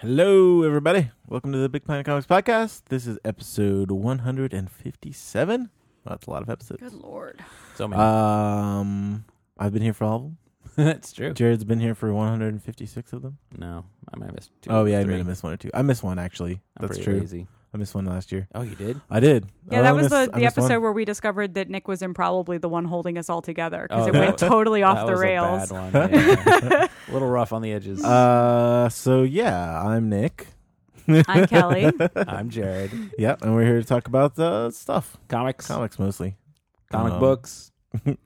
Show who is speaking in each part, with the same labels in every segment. Speaker 1: Hello, everybody. Welcome to the Big Planet Comics Podcast. This is episode 157. Well, that's a lot of episodes.
Speaker 2: Good lord.
Speaker 3: So
Speaker 1: Uh,
Speaker 3: many.
Speaker 1: Um, I've been here for all of them.
Speaker 3: That's true.
Speaker 1: Jared's been here for 156 of them.
Speaker 3: No, I might have missed two.
Speaker 1: oh, yeah, I
Speaker 3: three.
Speaker 1: may have missed one or two. I missed one, actually.
Speaker 3: I'm
Speaker 1: that's
Speaker 3: pretty
Speaker 1: true.
Speaker 3: lazy.
Speaker 1: I missed one last year.
Speaker 3: Oh, you did?
Speaker 1: I did. Oh,
Speaker 2: Yeah,
Speaker 1: I
Speaker 2: that
Speaker 1: only
Speaker 2: was the,
Speaker 1: missed- I
Speaker 2: the
Speaker 1: missed one.
Speaker 2: episode where we discovered that Nick was improbably the one holding us all together because
Speaker 3: Oh,
Speaker 2: it
Speaker 3: that
Speaker 2: went
Speaker 3: was-
Speaker 2: totally off
Speaker 3: That
Speaker 2: the
Speaker 3: was
Speaker 2: rails.
Speaker 3: A, bad one. yeah. a little rough on the edges.
Speaker 1: Uh, so, yeah, I'm Nick.
Speaker 2: I'm Kelly.
Speaker 3: I'm Jared.
Speaker 1: Yep, and we're here to talk about uh, stuff.
Speaker 3: Comics, comic,
Speaker 1: Comics mostly. um,
Speaker 3: books,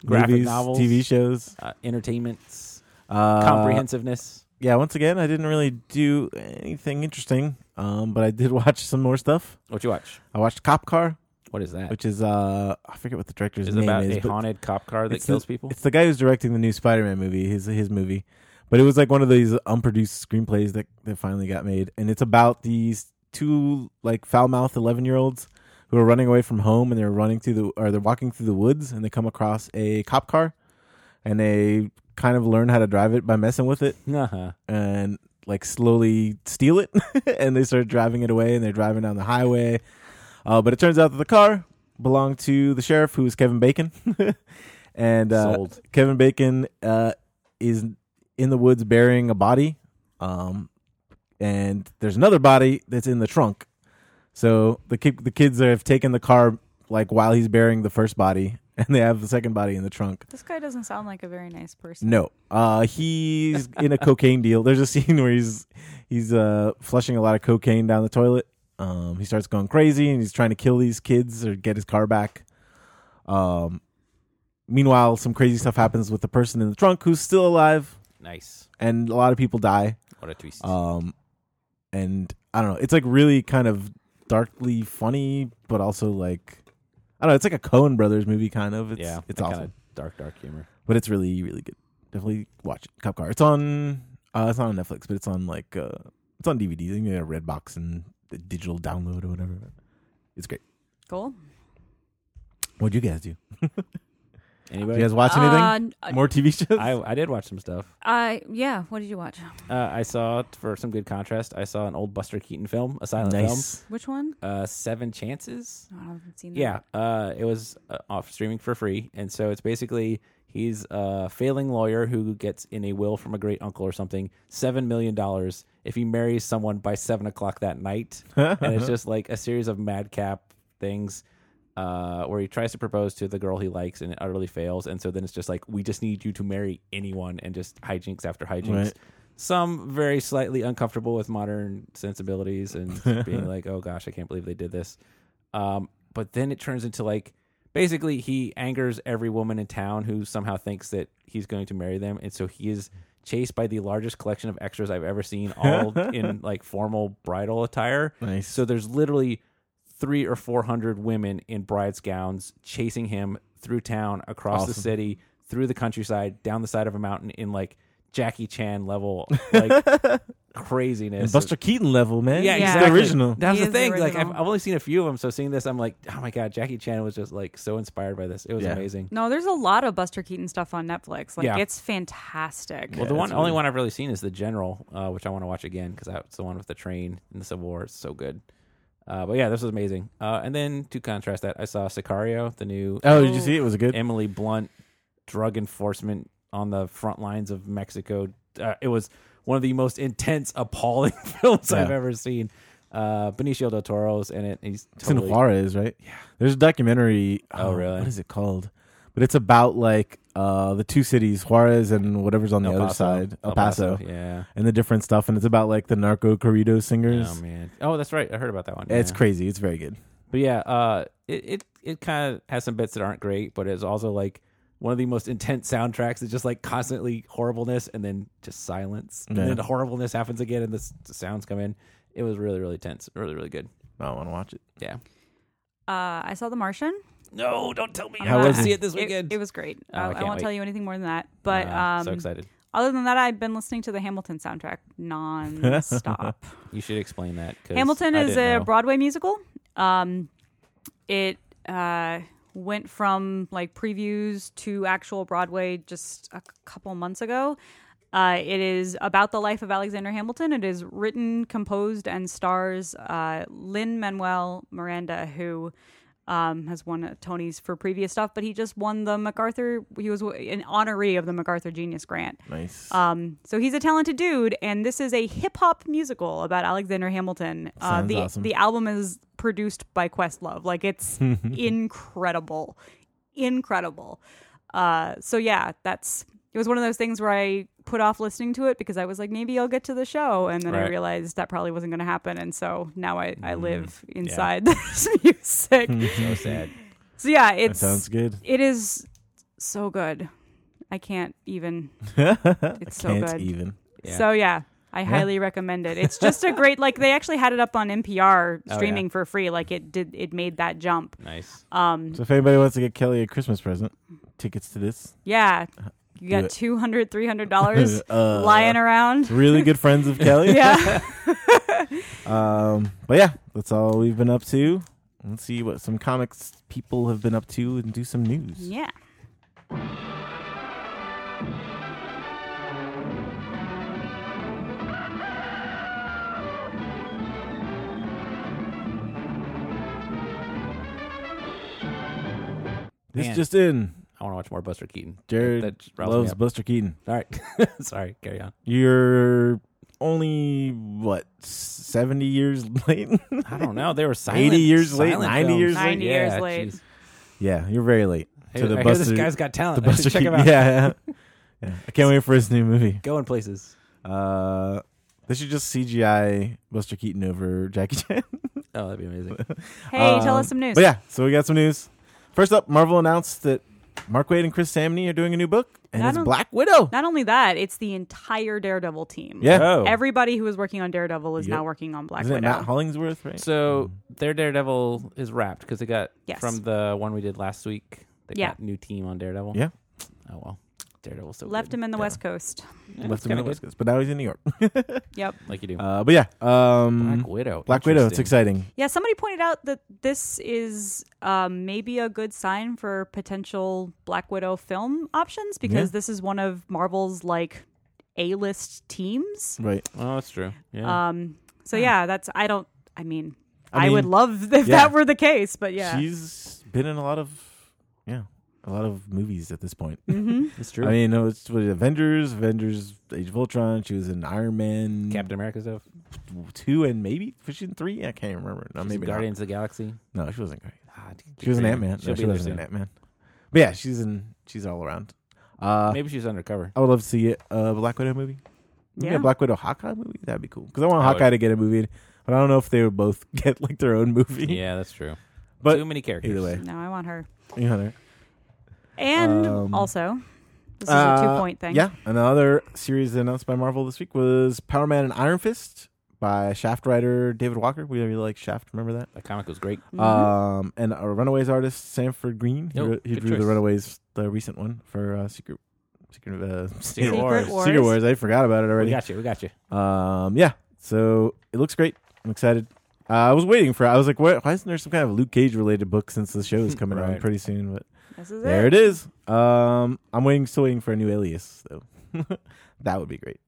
Speaker 3: Graphic
Speaker 1: Movies,
Speaker 3: novels.
Speaker 1: TV shows.
Speaker 3: uh, entertainments,
Speaker 1: Uh,
Speaker 3: comprehensiveness.
Speaker 1: yeah, once again, I didn't really do anything interesting, um, but I did watch some more stuff.
Speaker 3: What you watch?
Speaker 1: I watched Cop Car,
Speaker 3: What is that?
Speaker 1: which is uh, I forget what the director's
Speaker 3: Is it
Speaker 1: name
Speaker 3: about
Speaker 1: is.
Speaker 3: a
Speaker 1: but
Speaker 3: haunted cop car that
Speaker 1: it's the-
Speaker 3: kills people?
Speaker 1: It's the guy who's directing the new Spider-Man movie. His his movie, but it was like one of these unproduced screenplays that that finally got made, and it's about these two like foul-mouthed eleven-year-olds who are running away from home, and they're running through the or they're walking through the woods, and they come across a cop car, and they kind of learn how to drive it by messing with it
Speaker 3: Uh-huh.
Speaker 1: and like slowly steal it and they start driving it away and they're driving down the highway uh, but it turns out that the car belonged to the sheriff who was kevin bacon and uh,
Speaker 3: Sold.
Speaker 1: kevin bacon uh, is in the woods burying a body um, and there's another body that's in the trunk so the, ki- the kids have taken the car like while he's burying the first body and they have the second body in the trunk
Speaker 2: this guy doesn't sound like a very nice person.
Speaker 1: no. Uh he's in a cocaine deal. There's a scene where he's he's uh flushing a lot of cocaine down the toilet. Um he starts going crazy and he's trying to kill these kids or get his car back. Um meanwhile some crazy stuff happens with the person in the trunk who's still alive
Speaker 3: Nice.
Speaker 1: and a lot of people die.
Speaker 3: What a twist.
Speaker 1: Um and I don't know. It's like really kind of darkly funny but also like I don't know, it's like a Cohen Brothers movie kind of. It's
Speaker 3: yeah.
Speaker 1: it's
Speaker 3: that
Speaker 1: awesome
Speaker 3: kinda dark, dark humor.
Speaker 1: but it's really really good. Definitely watch it. Cop Car. It's on. Uh, it's not on Netflix, but it's on like uh, it's on DVD. You can get a Redbox and the digital download or whatever. It's great.
Speaker 2: Cool.
Speaker 1: What'd you guys do? Did
Speaker 3: Anybody?
Speaker 1: you guys watch anything?
Speaker 2: Uh,
Speaker 1: More TV shows?
Speaker 3: I, I did watch some stuff.
Speaker 2: I, yeah. What did you watch?
Speaker 3: Uh, I saw, for some good contrast, I saw an old Buster Keaton film, a silent film.
Speaker 1: nice.
Speaker 2: Which one?
Speaker 3: uh, Seven Chances.
Speaker 2: No, I haven't seen that.
Speaker 3: Yeah, uh, it was uh, off streaming for free, and so it's basically he's a failing lawyer who gets in a will from a great uncle or something seven million dollars if he marries someone by seven o'clock that night, and it's just like a series of madcap things. Uh, where he tries to propose to the girl he likes and it utterly fails, and so then it's just like we just need you to marry anyone and just hijinks after hijinks.
Speaker 1: Right.
Speaker 3: Some very slightly uncomfortable with modern sensibilities and being like, "Oh gosh, I can't believe they did this." Um, but then it turns into like basically he angers every woman in town who somehow thinks that he's going to marry them, and so he is chased by the largest collection of extras I've ever seen, all in like formal bridal attire.
Speaker 1: Nice.
Speaker 3: So there's literally three or four hundred women in brides gowns chasing him through town, across the
Speaker 1: Awesome.
Speaker 3: city, through the countryside, down the side of a mountain in like Jackie Chan level like craziness.
Speaker 1: And Buster Keaton level, man.
Speaker 3: Yeah,
Speaker 1: He's
Speaker 3: exactly.
Speaker 1: the original.
Speaker 3: That's
Speaker 2: He
Speaker 3: the
Speaker 2: is the
Speaker 3: thing. like I've,
Speaker 2: original.
Speaker 3: I've only seen a few of them, so seeing this, I'm like, oh my god, Jackie Chan was just like so inspired by this. It was
Speaker 1: Yeah.
Speaker 3: amazing.
Speaker 2: No, there's a lot of Buster Keaton stuff on Netflix. Like,
Speaker 3: Yeah.
Speaker 2: it's fantastic.
Speaker 3: well, the one
Speaker 1: it's
Speaker 3: only one I've really seen is the General, uh, which I want to watch again because that's the one with the train in the Civil War. It's so good. Uh, but yeah, this was amazing. Uh, and then to contrast that, I saw Sicario, the new
Speaker 1: Oh, did you see it? Was it good?
Speaker 3: Emily Blunt drug enforcement on the front lines of Mexico. Uh, it was one of the most intense, appalling films I've
Speaker 1: Yeah.
Speaker 3: ever seen. Uh, Benicio del Toro's in it. He's
Speaker 1: It's in
Speaker 3: totally
Speaker 1: Juarez, right? Yeah. There's a documentary.
Speaker 3: Oh, really?
Speaker 1: What is it called? But it's about like uh, the two cities, Juarez and whatever's on the
Speaker 3: El
Speaker 1: other
Speaker 3: Paso.
Speaker 1: side, El Paso,
Speaker 3: Yeah.
Speaker 1: and the different stuff. And it's about like the narco corrido singers.
Speaker 3: Oh man. Oh, that's right. I heard about that one.
Speaker 1: It's
Speaker 3: Yeah.
Speaker 1: crazy. It's very good.
Speaker 3: But yeah, uh, it it, it kind of has some bits that aren't great, but it's also like one of the most intense soundtracks. It's just like constantly horribleness and then just silence,
Speaker 1: Yeah.
Speaker 3: and then the horribleness happens again, and the, s- the sounds come in. It was really really tense. Really really good.
Speaker 1: I want to watch it.
Speaker 3: Yeah.
Speaker 2: Uh, I saw The Martian.
Speaker 3: No, don't tell me.
Speaker 2: I'm
Speaker 3: I
Speaker 1: How
Speaker 3: want
Speaker 1: was
Speaker 3: to
Speaker 1: it?
Speaker 3: see it this
Speaker 2: It,
Speaker 3: weekend.
Speaker 2: it was great.
Speaker 3: Oh, I
Speaker 2: uh, I
Speaker 3: can't
Speaker 2: won't
Speaker 3: wait.
Speaker 2: tell you anything more than that. But
Speaker 3: Uh,
Speaker 2: um,
Speaker 3: so excited.
Speaker 2: other than that, I've been listening to the Hamilton soundtrack nonstop.
Speaker 3: You should explain that. 'cause
Speaker 2: Hamilton
Speaker 3: I
Speaker 2: is
Speaker 3: didn't
Speaker 2: a
Speaker 3: know.
Speaker 2: Broadway musical. Um, it uh, went from like previews to actual Broadway just a c- couple months ago. Uh, it is about the life of Alexander Hamilton. It is written, composed, and stars uh, Lynn Manuel Miranda, who um, has won a Tony's for previous stuff, but he just won the MacArthur. He was an honoree of the MacArthur Genius Grant.
Speaker 1: Nice.
Speaker 2: Um, so he's a talented dude, and this is a hip hop musical about Alexander Hamilton. Uh,
Speaker 1: Sounds
Speaker 2: the
Speaker 1: awesome.
Speaker 2: the album is produced by Questlove. Like it's incredible, incredible. Uh, so yeah, that's it was one of those things where I put off listening to it because I was like, maybe I'll get to the show, and then I
Speaker 3: Right.
Speaker 2: realized that probably wasn't going to happen, and so now I,
Speaker 1: Mm-hmm.
Speaker 2: I live inside this music.
Speaker 3: So sad.
Speaker 2: So yeah,
Speaker 1: that
Speaker 2: it's
Speaker 1: sounds good.
Speaker 2: it is so good. I can't even.
Speaker 1: it's
Speaker 2: so
Speaker 1: Can't
Speaker 2: good.
Speaker 1: even.
Speaker 3: Yeah.
Speaker 2: So yeah, I highly recommend it. It's just a great like they actually had it up on
Speaker 1: Oh,
Speaker 2: NPR
Speaker 3: yeah.
Speaker 2: streaming for free. Like it did it made that jump.
Speaker 3: Nice.
Speaker 2: Um
Speaker 1: So if anybody wants to get Kelly a Christmas present, tickets to this.
Speaker 2: yeah. You
Speaker 1: Do
Speaker 2: got
Speaker 1: it.
Speaker 2: two hundred, three hundred dollars
Speaker 1: Uh,
Speaker 2: Oh, lying around.
Speaker 1: Really good friends of Kelly.
Speaker 2: Yeah.
Speaker 1: Um, but yeah, that's all we've been up to. Let's see what some comics people have been up to and do some news.
Speaker 2: yeah.
Speaker 1: This
Speaker 3: Man.
Speaker 1: just in.
Speaker 3: I want to watch more Buster Keaton.
Speaker 1: Jared
Speaker 3: That- that riles me
Speaker 1: loves
Speaker 3: up.
Speaker 1: Buster Keaton.
Speaker 3: All right. Sorry. Carry on.
Speaker 1: You're only what seventy years late.
Speaker 3: I don't know. They were silent.
Speaker 1: 80 years late,
Speaker 3: silent
Speaker 1: 90 years
Speaker 3: films.
Speaker 2: late. 90 years late.
Speaker 3: jeez.
Speaker 1: yeah, you're very late
Speaker 3: Hey,
Speaker 1: to the
Speaker 3: I hear
Speaker 1: Buster.
Speaker 3: this guy's got
Speaker 1: the
Speaker 3: talent. I
Speaker 1: Buster
Speaker 3: should check him
Speaker 1: Keaton.
Speaker 3: out.
Speaker 1: Yeah, yeah. yeah. I can't wait for his new movie.
Speaker 3: Going places.
Speaker 1: Uh, they should just CGI Buster Keaton over Jackie Chan.
Speaker 3: Oh, that'd be amazing.
Speaker 2: Hey, tell
Speaker 1: Um,
Speaker 2: us some news.
Speaker 1: But yeah, so we got some news. First up, Marvel announced that Mark Waid and Chris Samney are doing a new book, and
Speaker 2: I
Speaker 1: it's
Speaker 2: don't-
Speaker 1: Black Widow.
Speaker 2: Not only that, it's the entire Daredevil team.
Speaker 1: Yeah.
Speaker 3: Oh.
Speaker 2: Everybody who was working on Daredevil is
Speaker 1: Yep.
Speaker 2: now working on Black
Speaker 1: Isn't it
Speaker 2: Widow.
Speaker 1: Matt Hollingsworth, right?
Speaker 3: So their Daredevil is wrapped because they got
Speaker 2: Yes.
Speaker 3: from the one we did last week. They
Speaker 2: Yeah.
Speaker 3: got new team on Daredevil.
Speaker 1: Yeah.
Speaker 3: Oh well, Daredevil so
Speaker 2: Left
Speaker 3: good.
Speaker 2: him in the
Speaker 3: Yeah.
Speaker 2: West Coast.
Speaker 3: Yeah,
Speaker 1: Left
Speaker 3: that's
Speaker 1: him in the
Speaker 3: kinda
Speaker 1: West Coast, but now he's in New York.
Speaker 2: Yep.
Speaker 3: good. like you do.
Speaker 1: Uh, but yeah, um,
Speaker 3: Black Widow.
Speaker 1: Black Widow. It's
Speaker 3: Interesting.
Speaker 1: exciting.
Speaker 2: Yeah, somebody pointed out that this is um, maybe a good sign for potential Black Widow film options because
Speaker 1: Yeah.
Speaker 2: this is one of Marvel's like A list teams.
Speaker 1: Right.
Speaker 3: Oh, that's true. Yeah.
Speaker 2: Um, so yeah, that's I don't. I mean,
Speaker 1: I
Speaker 2: I, would
Speaker 1: mean,
Speaker 2: love if
Speaker 1: yeah.
Speaker 2: that were the case, but yeah,
Speaker 1: She's been in a lot of, yeah, a lot of movies at this point.
Speaker 2: hmm
Speaker 3: it's true.
Speaker 1: I mean, no, it's what, Avengers, Avengers, Age of Ultron. She was in Iron Man
Speaker 3: Captain America stuff.
Speaker 1: two and maybe was she in three? I can't remember. No,
Speaker 3: She's in
Speaker 1: maybe not.
Speaker 3: Guardians of the Galaxy.
Speaker 1: No, she wasn't. Guardian.
Speaker 3: Ah, d-
Speaker 1: She was an
Speaker 3: soon.
Speaker 1: Ant Man.
Speaker 3: She'll
Speaker 1: No,
Speaker 3: be
Speaker 1: she
Speaker 3: there
Speaker 1: wasn't an
Speaker 3: soon.
Speaker 1: Ant Man. But yeah, she's in. She's all around. Uh,
Speaker 3: Maybe she's undercover.
Speaker 1: I would love to see a uh, Black Widow movie. Maybe
Speaker 2: Yeah.
Speaker 1: a Black Widow Hawkeye movie. That'd be cool because I want
Speaker 3: That would-
Speaker 1: Hawkeye to get a movie, but I don't know if they would both get like their own movie.
Speaker 3: yeah, that's true.
Speaker 1: But
Speaker 3: Too many characters.
Speaker 1: either way,
Speaker 2: no, I want her.
Speaker 1: you know,
Speaker 2: And
Speaker 1: Um,
Speaker 2: also, this is a
Speaker 1: Uh,
Speaker 2: two point thing.
Speaker 1: Yeah, another series announced by Marvel this week was Power Man and Iron Fist by Shaft writer David Walker. We really like Shaft. Remember that?
Speaker 3: That comic was great.
Speaker 2: Mhm.
Speaker 1: Um, and a Runaways artist Sanford Green. He,
Speaker 3: Yep,
Speaker 1: wrote- he
Speaker 3: good
Speaker 1: drew
Speaker 3: choice.
Speaker 1: the Runaways, the recent one for uh, Secret. Secret, uh,
Speaker 3: Secret Wars.
Speaker 2: Wars.
Speaker 1: Secret Wars. I forgot about it
Speaker 3: We
Speaker 1: already.
Speaker 3: got you. We got you.
Speaker 1: Um, yeah. So it looks great. I'm excited. Uh, I was waiting for. I was like, why, why isn't there some kind of Luke Cage related book since the show is coming out
Speaker 3: Right.
Speaker 1: pretty soon? But
Speaker 2: this is
Speaker 1: there
Speaker 2: it.
Speaker 1: it is. Um, I'm waiting, still waiting for a new alias though. that would be great.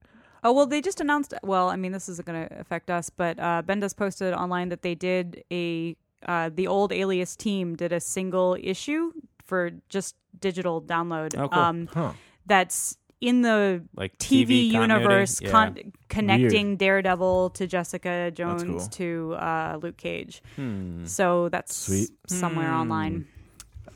Speaker 2: Oh well, they just announced. Well, I mean, this isn't going to affect us, but uh, Bendis posted online that they did a uh, the old Alias team did a single issue for just digital download.
Speaker 3: Oh, cool.
Speaker 2: um,
Speaker 1: Huh.
Speaker 2: that's in the
Speaker 3: Like
Speaker 2: TV,
Speaker 3: continuity.
Speaker 2: universe,
Speaker 3: Yeah.
Speaker 2: con- connecting Daredevil to Jessica Jones
Speaker 1: cool.
Speaker 2: to uh, Luke Cage.
Speaker 3: Hmm.
Speaker 2: So that's
Speaker 1: Sweet.
Speaker 2: somewhere
Speaker 3: Hmm.
Speaker 2: online.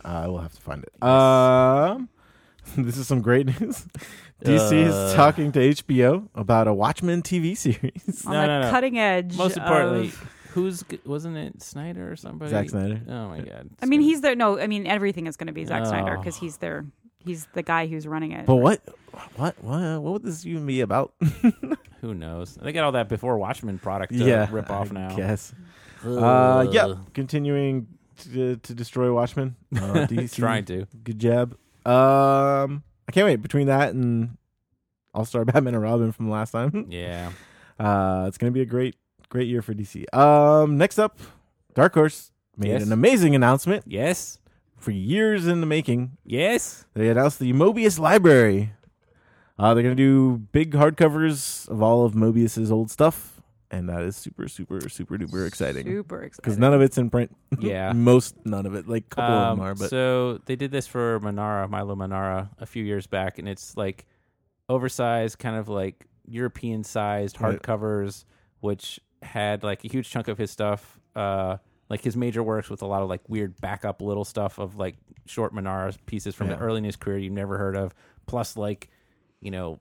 Speaker 1: I will have to find it. Um, this is some great news. DC is
Speaker 3: Uh.
Speaker 1: talking to HBO about a Watchmen TV series.
Speaker 2: On
Speaker 3: No,
Speaker 2: the
Speaker 3: no, no.
Speaker 2: cutting edge.
Speaker 3: Most
Speaker 2: of-
Speaker 3: importantly, who's g- wasn't it Snyder or somebody?
Speaker 1: Zack Snyder.
Speaker 3: Oh my god.
Speaker 2: I mean, he's there. No, I mean everything is going to be Zack Snyder
Speaker 3: Oh.
Speaker 2: because he's there. He's the guy who's running it.
Speaker 1: But what, what, what, what would this even be about?
Speaker 3: who knows. They got all that before Watchmen product to rip off
Speaker 1: I
Speaker 3: now.
Speaker 1: Guess. Uh,
Speaker 3: Ugh.
Speaker 1: yeah, continuing to, to destroy Watchmen. Uh, DC,
Speaker 3: trying to.
Speaker 1: Good job. Um, I can't wait between that and All Star Batman and Robin from last time.
Speaker 3: Yeah.
Speaker 1: Uh, it's gonna be a great, great year for DC. Um, next up, Dark Horse made
Speaker 3: Yes.
Speaker 1: an amazing announcement
Speaker 3: Yes.
Speaker 1: for years in the making.
Speaker 3: Yes.
Speaker 1: They announced the Mobius Library. Uh, they're gonna do big hardcovers of all of Mobius's old stuff, and that is super, super, super duper exciting
Speaker 2: Super exciting.
Speaker 1: because none of it's in print.
Speaker 3: Yeah.
Speaker 1: most none of it. Like a couple of
Speaker 3: Um,
Speaker 1: them are, but
Speaker 3: so they did this for Manara, Milo Manara, a few years back, and it's like oversized, kind of like European sized
Speaker 1: Right.
Speaker 3: hardcovers, which had like a huge chunk of his stuff, uh, like his major works with a lot of like weird backup little stuff of like short Manara pieces from
Speaker 1: Yeah.
Speaker 3: the early in his career you've never heard of, plus like you know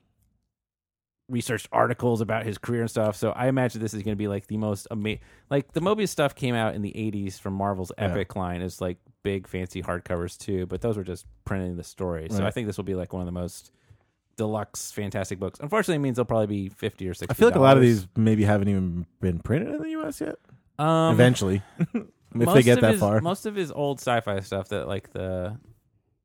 Speaker 3: researched articles about his career and stuff. So I imagine this is going to be like the most amazing. Like the Mobius stuff came out in the '80s from Marvel's
Speaker 1: Yeah.
Speaker 3: Epic line as like big fancy hardcovers too, but those were just printing the story. So
Speaker 1: Right.
Speaker 3: I think this will be like one of the most deluxe, fantastic books. Unfortunately, it means they'll probably be fifty or sixty.
Speaker 1: I feel like a lot of these maybe haven't even been printed in the U.S. yet.
Speaker 3: Um,
Speaker 1: Eventually, if
Speaker 3: most
Speaker 1: they get
Speaker 3: of
Speaker 1: that
Speaker 3: his-
Speaker 1: far,
Speaker 3: most of his old sci-fi stuff that like the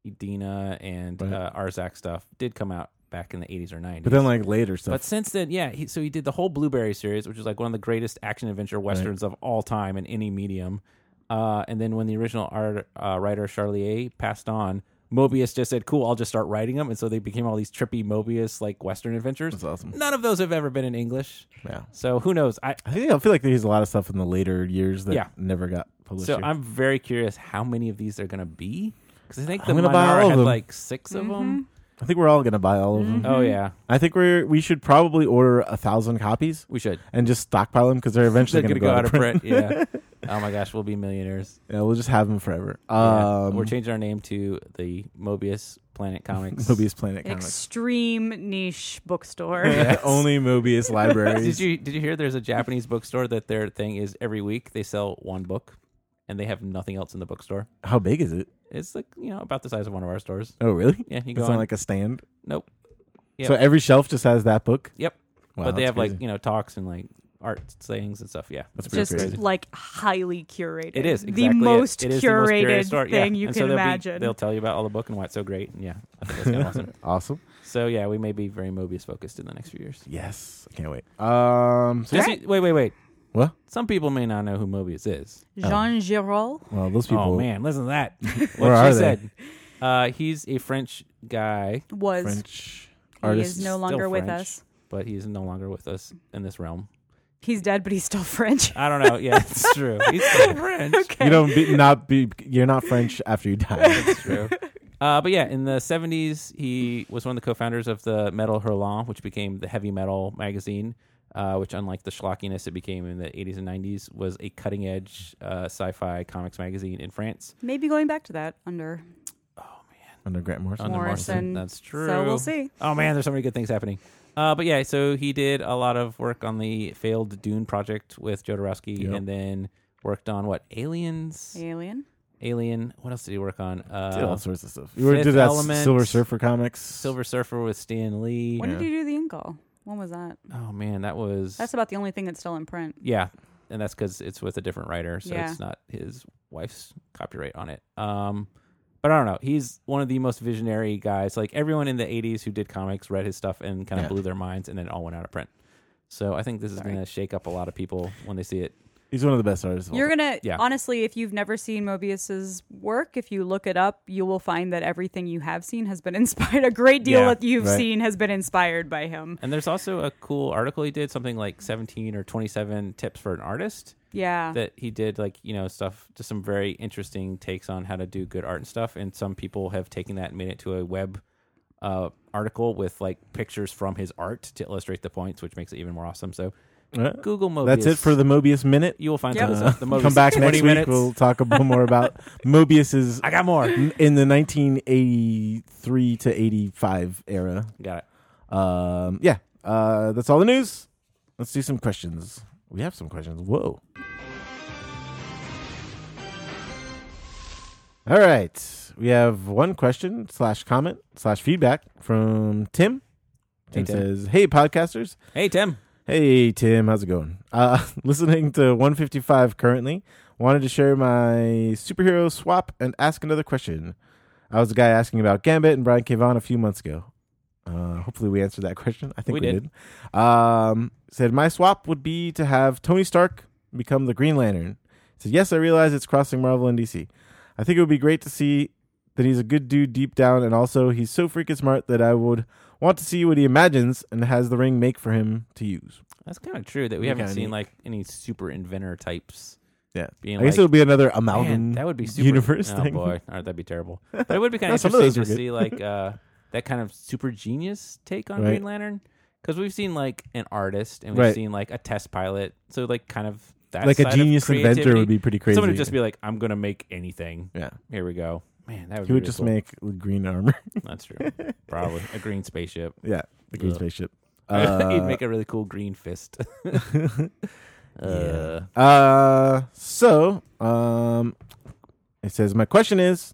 Speaker 3: Edina and
Speaker 1: Right.
Speaker 3: uh, Arzak stuff did come out back in the '80s or '90s.
Speaker 1: but then like later
Speaker 3: But
Speaker 1: stuff.
Speaker 3: since then, yeah, he, so he did the whole Blueberry series, which is like one of the greatest action adventure westerns of all time in any medium. Uh, and then when the original art, uh, writer Charlier passed on, Mobius just said, "Cool, I'll just start writing them," and so they became all these trippy Mobius like western adventures.
Speaker 1: That's awesome.
Speaker 3: None of those have ever been in English,
Speaker 1: Yeah,
Speaker 3: so who knows? I
Speaker 1: I think I feel like there's a lot of stuff in the later years that
Speaker 3: Yeah.
Speaker 1: never got published.
Speaker 3: so
Speaker 1: here.
Speaker 3: I'm very curious how many of these are going to be because I think the
Speaker 1: I'm gonna buy all
Speaker 3: Monara
Speaker 1: of
Speaker 3: had
Speaker 1: them.
Speaker 3: like 6 of them.
Speaker 2: Mm-hmm.
Speaker 1: I think we're all gonna buy all of them.
Speaker 3: Oh yeah,
Speaker 1: I think we're we should probably order a thousand copies
Speaker 3: we should.
Speaker 1: and just stockpile them because they're eventually
Speaker 3: They're
Speaker 1: going to
Speaker 3: gonna go out of print. Yeah. oh my gosh, we'll be millionaires.
Speaker 1: Yeah, we'll just have them forever.
Speaker 3: Yeah.
Speaker 1: Um,
Speaker 3: We're changing our name to the Mobius Planet Comics.
Speaker 1: Mobius Planet Comics.
Speaker 2: Extreme niche bookstore.
Speaker 1: Yeah, Only Mobius libraries.
Speaker 3: Did you did you hear? There's a Japanese bookstore that their thing is every week they sell one book, and they have nothing else in the bookstore.
Speaker 1: How big is it?
Speaker 3: It's like you know about the size of one of our stores.
Speaker 1: Oh, really?
Speaker 3: Yeah, you go
Speaker 1: It's
Speaker 3: on.
Speaker 1: on like a stand.
Speaker 3: nope. Yep.
Speaker 1: So every shelf just has that book.
Speaker 3: Yep.
Speaker 1: Wow,
Speaker 3: but they
Speaker 1: that's
Speaker 3: have like
Speaker 1: crazy.
Speaker 3: you know talks and like art sayings and stuff. Yeah.
Speaker 1: that's pretty
Speaker 2: just
Speaker 1: crazy.
Speaker 2: like highly curated.
Speaker 3: It is
Speaker 2: the
Speaker 3: exactly it.
Speaker 2: most
Speaker 3: It is the most
Speaker 2: curated
Speaker 3: curious store.
Speaker 2: thing
Speaker 3: yeah.
Speaker 2: you
Speaker 3: And so
Speaker 2: can
Speaker 3: they'll be-
Speaker 2: imagine.
Speaker 3: they'll tell you about all the book and why it's so great. And yeah, I think that's kind of awesome.
Speaker 1: Awesome.
Speaker 3: So yeah, we may be very Mobius focused in the next few years.
Speaker 1: Yes, I can't wait. Um, so-
Speaker 3: Does he- wait, wait, wait.
Speaker 1: What?
Speaker 3: Some people may not know who Mobius is.
Speaker 2: Jean Giraud.
Speaker 1: well, those people.
Speaker 3: Oh man, listen to that. What
Speaker 1: Where are
Speaker 3: she
Speaker 1: they?
Speaker 3: said. Uh, he's a French guy,
Speaker 2: was
Speaker 1: French
Speaker 2: he
Speaker 1: artists.
Speaker 2: is no
Speaker 3: still
Speaker 2: longer with
Speaker 3: French.
Speaker 2: us.
Speaker 3: but he's no longer with us in this realm.
Speaker 2: He's dead, but he's still French.
Speaker 3: I don't know. Yeah, it's true. He's still French.
Speaker 2: okay.
Speaker 1: You don't be, not be. You're not French after you die.
Speaker 3: It's true. Uh, but yeah, in the 70s, he was one of the co-founders of the Metal Hurlant, which became the heavy metal magazine, uh, which, unlike the schlockiness it became in the 80s and 90s, was a cutting-edge uh, sci-fi comics magazine in France.
Speaker 2: Maybe going back to that under
Speaker 1: Under Grant Morrison.
Speaker 3: Under
Speaker 2: Morrison.
Speaker 3: That's true.
Speaker 2: So we'll see.
Speaker 3: Oh man, there's so many good things happening. Uh, but yeah, so he did a lot of work on the failed Dune project with Jodorowsky,
Speaker 1: Yep.
Speaker 3: and then worked on what Aliens,
Speaker 2: Alien.
Speaker 3: Alien. What else did he work on?
Speaker 1: Did all
Speaker 3: Uh,
Speaker 1: sorts of stuff. You were did
Speaker 3: Fifth
Speaker 1: that
Speaker 3: Element,
Speaker 1: Silver Surfer comics.
Speaker 3: Silver Surfer with Stan Lee.
Speaker 2: When did
Speaker 1: Yeah.
Speaker 2: you do the Inkle? When was that?
Speaker 3: Oh man, that was
Speaker 2: That's about the only thing that's still in print.
Speaker 3: yeah, and that's because it's with a different writer, so
Speaker 2: Yeah.
Speaker 3: it's not his wife's copyright on it. Um, but I don't know. He's one of the most visionary guys. Like everyone in the '80s who did comics read his stuff and kind of
Speaker 1: Yeah.
Speaker 3: blew their minds, and then it all went out of print. So I think this is
Speaker 2: Sorry.
Speaker 3: going to shake up a lot of people when they see it.
Speaker 1: He's one of the best artists. Of all
Speaker 2: You're gonna
Speaker 3: yeah.
Speaker 2: honestly, if you've never seen Mobius's work, if you look it up, you will find that everything you have seen has been inspired. A great deal
Speaker 3: Yeah,
Speaker 2: that you've
Speaker 1: right.
Speaker 2: seen has been inspired by him.
Speaker 3: And there's also a cool article he did, something like 17 or 27 tips for an artist
Speaker 2: Yeah,
Speaker 3: that he did, like you know stuff, just some very interesting takes on how to do good art and stuff. And some people have taken that and made it to a web uh, article with like pictures from his art to illustrate the points, which makes it even more awesome. So
Speaker 1: Right.
Speaker 3: Google Mobius.
Speaker 1: That's it for the Mobius minute. Uh,
Speaker 3: you will find
Speaker 2: Yep.
Speaker 3: some of this stuff. The Mobius
Speaker 1: Come back
Speaker 3: 20
Speaker 1: next week.
Speaker 3: minutes.
Speaker 1: We'll talk a bit more about Mobius's
Speaker 3: I got more.
Speaker 1: in the 1983 to 85 era.
Speaker 3: got it.
Speaker 1: Um, yeah, uh, that's all the news. Let's do some questions. We have some questions. Whoa. All right. We have one question slash comment slash feedback from Tim.
Speaker 3: Hey,
Speaker 1: Tim
Speaker 3: Tim.
Speaker 1: says, "Hey podcasters,
Speaker 3: Hey Tim.
Speaker 1: Hey Tim, how's it going? Uh, listening to 155 currently. Wanted to share my superhero swap and ask another question. I was the guy asking about Gambit and Brian K. Vaughan a few months ago. Uh, hopefully, we answered that question. I think
Speaker 3: We
Speaker 1: we,
Speaker 3: did.
Speaker 1: did. Um, said my swap would be to have Tony Stark become the Green Lantern. Said yes, I realize it's crossing Marvel and DC. I think it would be great to see that he's a good dude deep down, and also he's so freaking smart that I would want to see what he imagines and has the ring make for him to use.
Speaker 3: That's kind of true that we
Speaker 1: Yeah,
Speaker 3: haven't
Speaker 1: kinda
Speaker 3: seen
Speaker 1: neat.
Speaker 3: like any super inventor types.
Speaker 1: Yeah,
Speaker 3: Being
Speaker 1: I guess
Speaker 3: like-
Speaker 1: it'll be another
Speaker 3: Man,
Speaker 1: amalgam.
Speaker 3: that would be super
Speaker 1: universe
Speaker 3: Oh
Speaker 1: thing.
Speaker 3: boy, All right, that'd be terrible. But it would be kind
Speaker 1: No,
Speaker 3: of
Speaker 1: some of those
Speaker 3: interesting to
Speaker 1: were good.
Speaker 3: see like uh, that kind of super genius take on
Speaker 1: Right.
Speaker 3: Green Lantern because we've seen like an artist and we've
Speaker 1: Right.
Speaker 3: seen like a test pilot. So like kind of that
Speaker 1: Like
Speaker 3: side
Speaker 1: a
Speaker 3: of
Speaker 1: genius inventor
Speaker 3: creativity.
Speaker 1: would be pretty crazy.
Speaker 3: Someone would just be like, "I'm gonna make anything.
Speaker 1: yeah,
Speaker 3: Here we go." Man,
Speaker 1: he
Speaker 3: that would be
Speaker 1: would
Speaker 3: really
Speaker 1: just
Speaker 3: cool.
Speaker 1: make green armor.
Speaker 3: That's true. Probably a green spaceship.
Speaker 1: yeah, the green
Speaker 3: Ugh.
Speaker 1: spaceship.
Speaker 3: He'd
Speaker 1: Uh,
Speaker 3: make a really cool green fist. Uh,
Speaker 1: Uh, so, um, it says, My question is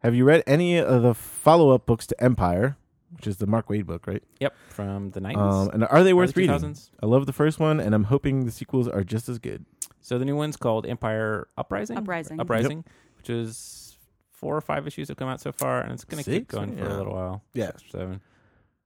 Speaker 1: Have you read any of the follow up books to Empire, which is the Mark Wade book, right?
Speaker 3: Yep, from the nineties.
Speaker 1: Um, and are they worth
Speaker 3: Early
Speaker 1: reading?
Speaker 3: 2000s.
Speaker 1: I love the first one, and I'm hoping the sequels are just as good.
Speaker 3: so the new one's called Empire Uprising.
Speaker 2: Uprising.
Speaker 3: Uprising, which is four or five issues have come out so far, and it's going to keep
Speaker 1: Six?
Speaker 3: going for
Speaker 1: Yeah.
Speaker 3: a little while.
Speaker 1: Yeah.
Speaker 3: Six or seven.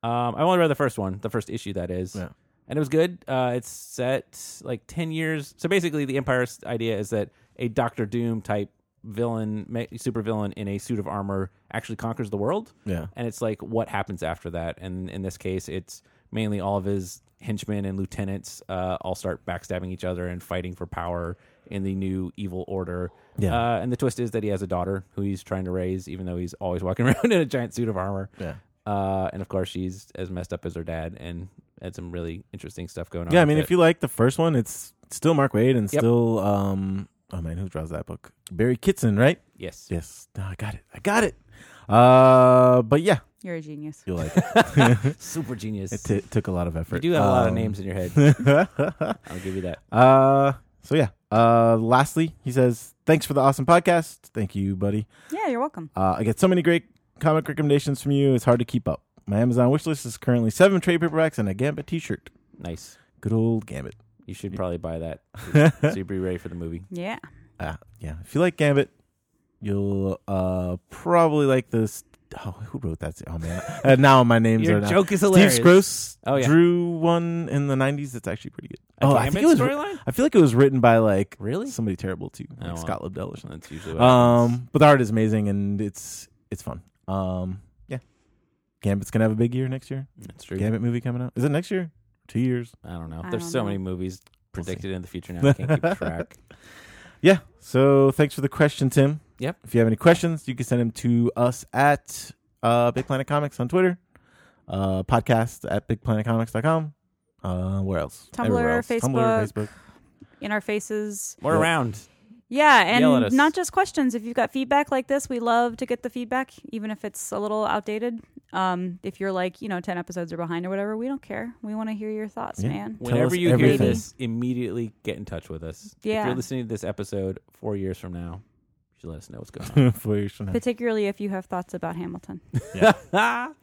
Speaker 3: Um, I've only read the first one, the first issue that is,
Speaker 1: Yeah.
Speaker 3: and it was good. Uh, it's set like ten years. So basically, the Empire's idea is that a Doctor Doom type villain, ma- supervillain in a suit of armor, actually conquers the world
Speaker 1: Yeah.
Speaker 3: and it's like what happens after that and in this case it's mainly all of his henchmen and lieutenants uh, all start backstabbing each other and fighting for power in the new evil order
Speaker 1: Yeah.
Speaker 3: uh, and the twist is that he has a daughter who he's trying to raise even though he's always walking around in a giant suit of armor
Speaker 1: Yeah.
Speaker 3: uh, and of course she's as messed up as her dad and had some really interesting stuff going on
Speaker 1: Yeah, I
Speaker 3: with
Speaker 1: mean,
Speaker 3: it.
Speaker 1: if you like the first one, it's still Mark Wade and
Speaker 3: Um, Yep.
Speaker 1: still, um, oh man, who draws that book? Barry Kitson, right?
Speaker 3: yes
Speaker 1: Yes. No, I got it. I got it. Uh, but yeah,
Speaker 2: You're a genius.
Speaker 1: you'll like
Speaker 3: super genius
Speaker 1: It t- took a lot of effort.
Speaker 3: you do have a lot of
Speaker 1: Um,
Speaker 3: names in your head i'll give you that
Speaker 1: uh, so yeah. Uh, lastly, he says, "Thanks for the awesome podcast. Thank you, buddy.
Speaker 2: Yeah, you're welcome.
Speaker 1: Uh, I get so many great comic recommendations from you. It's hard to keep up. My Amazon wish list is currently seven trade paperbacks and a Gambit T-shirt.
Speaker 3: nice
Speaker 1: Good old Gambit.
Speaker 3: you should probably buy that so
Speaker 1: uh,
Speaker 3: you'd be ready for the movie
Speaker 2: Yeah.
Speaker 1: Ah, yeah, if you like Gambit, you'll uh probably like this. Oh, who wrote that? Oh man, uh, now my names
Speaker 3: Your
Speaker 1: are now.
Speaker 3: joke is
Speaker 1: Steve
Speaker 3: hilarious.
Speaker 1: Scroce
Speaker 3: Oh, yeah.
Speaker 1: drew one in the '90s. That's actually pretty good. oh, I think it was.
Speaker 3: storyline.
Speaker 1: I feel like it was written by like
Speaker 3: Really?
Speaker 1: somebody terrible too,
Speaker 3: Oh,
Speaker 1: like
Speaker 3: well.
Speaker 1: Scott Lobdell or something.
Speaker 3: That's usually what happens.
Speaker 1: Um, but the art is amazing and it's it's fun. Um, yeah, Gambit's gonna have a big year next year.
Speaker 3: That's true.
Speaker 1: Gambit movie coming out. Is it next year? Two years.
Speaker 3: I don't know.
Speaker 2: I
Speaker 3: There's
Speaker 2: don't
Speaker 3: so
Speaker 2: know.
Speaker 3: many movies
Speaker 1: We'll see.
Speaker 3: predicted in the future now. I can't keep track.
Speaker 1: Yeah. So thanks for the question, Tim.
Speaker 3: Yep.
Speaker 1: If you have any questions, you can send them to us at uh, Big Planet Comics on Twitter, uh, podcast at bigplanetcomics.com. Uh, where else?
Speaker 2: Tumblr,
Speaker 1: Everywhere else. Tumblr,
Speaker 2: Facebook.
Speaker 1: Facebook.
Speaker 2: In our faces.
Speaker 3: We're
Speaker 1: Yep.
Speaker 3: around.
Speaker 2: Yeah,
Speaker 3: Yell at us.
Speaker 2: and not just questions. If you've got feedback like this, we love to get the feedback, even if it's a little outdated. Um, if you're like, you know, 10 episodes are behind or whatever, we don't care. We want to hear your thoughts,
Speaker 1: Yeah.
Speaker 2: man.
Speaker 1: Tell
Speaker 3: Whenever
Speaker 1: us
Speaker 3: you hear
Speaker 1: everything.
Speaker 3: this, immediately get in touch with us. If
Speaker 2: Yeah.
Speaker 3: you're listening to this episode four years from now, you should let us know what's going
Speaker 1: For your show.
Speaker 2: Particularly if you have thoughts about Hamilton.
Speaker 3: on.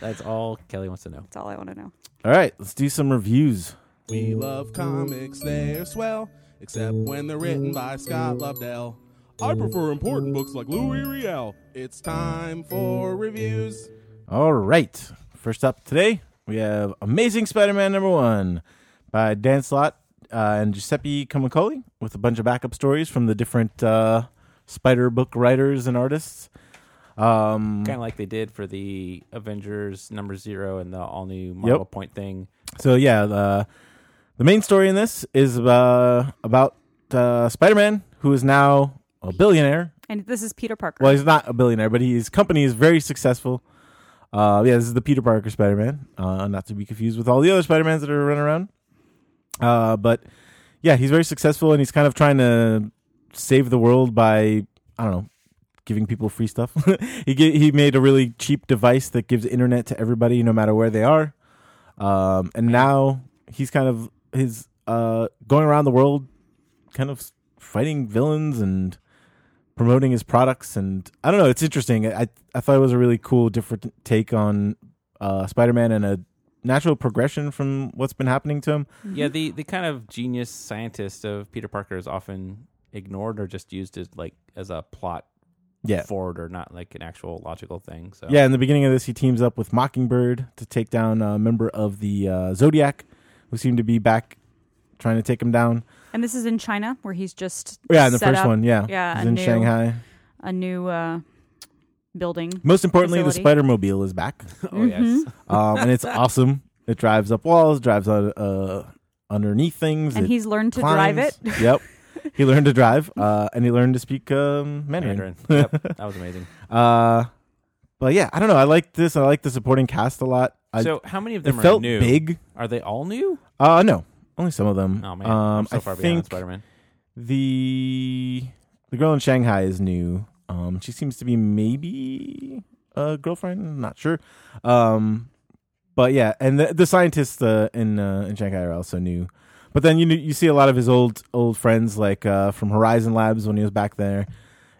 Speaker 3: That's all Kelly wants to know.
Speaker 2: That's all I want to know.
Speaker 1: All right, let's do some reviews.
Speaker 4: We love comics, they're swell, except when they're written by Scott Lobdell. I prefer important books like Louis Riel. It's time for reviews.
Speaker 1: All right. First up today, we have Amazing Spider-Man number one by Dan Slott uh, and Giuseppe Camicoli, with a bunch of backup stories from the different uh, Spider book writers and artists. Um,
Speaker 3: Kind of like they did for the Avengers number zero and the all new Marvel
Speaker 1: Yep.
Speaker 3: Point thing.
Speaker 1: So yeah, the the main story in this is uh, about uh, Spider-Man, who is now a billionaire.
Speaker 2: And this is Peter Parker.
Speaker 1: Well, he's not a billionaire, but he, his company is very successful. Uh, yeah, this is the Peter Parker Spider-Man, uh, not to be confused with all the other Spider-Mans that are running around. Uh, but yeah, he's very successful, and he's kind of trying to save the world by I don't know, giving people free stuff. he ge- he made a really cheap device that gives internet to everybody, no matter where they are. Um, and now he's kind of his uh, going around the world, kind of fighting villains and promoting his products. And I don't know, it's interesting. I I thought it was a really cool, different take on uh, Spider-Man and a natural progression from what's been happening to him.
Speaker 2: Mm-hmm.
Speaker 3: Yeah, the, the kind of genius scientist of Peter Parker is often ignored or just used as like as a plot
Speaker 1: Yeah.
Speaker 3: forward or not like an actual logical thing. So
Speaker 1: Yeah, in the beginning of this, he teams up with Mockingbird to take down a member of the uh, Zodiac, who seem to be back trying to take him down.
Speaker 2: and this is in China, where he's just
Speaker 1: Yeah, in the
Speaker 2: set
Speaker 1: first
Speaker 2: up
Speaker 1: one, yeah,
Speaker 2: yeah,
Speaker 1: he's
Speaker 2: a
Speaker 1: in
Speaker 2: new-
Speaker 1: Shanghai.
Speaker 2: a new uh, building.
Speaker 1: Most importantly, the
Speaker 2: Facility.
Speaker 1: Spider Mobile is back,
Speaker 3: Oh yes.
Speaker 1: um, and it's awesome. It drives up walls, drives on, uh, underneath things,
Speaker 2: And
Speaker 1: it
Speaker 2: he's learned to drive it.
Speaker 1: climbs. yep, he learned to drive, uh, and he learned to speak um, Mandarin.
Speaker 3: Mandarin. Yep, that was amazing.
Speaker 1: Uh, but yeah, I don't know. I like this. I like the supporting cast a lot. I,
Speaker 3: so how many of
Speaker 1: it
Speaker 3: them are
Speaker 1: felt
Speaker 3: new?
Speaker 1: big.
Speaker 3: Are they all new?
Speaker 1: Uh, no, only some of them.
Speaker 3: Oh man,
Speaker 1: um,
Speaker 3: I'm so
Speaker 1: I
Speaker 3: far behind
Speaker 1: think
Speaker 3: Spider Man.
Speaker 1: the the girl in Shanghai is new. Um, she seems to be maybe a girlfriend. I'm not sure. Um, but yeah, and the, the scientists uh, in uh, in Shanghai are also new. But then you kn- you see a lot of his old old friends like uh, from Horizon Labs when he was back there,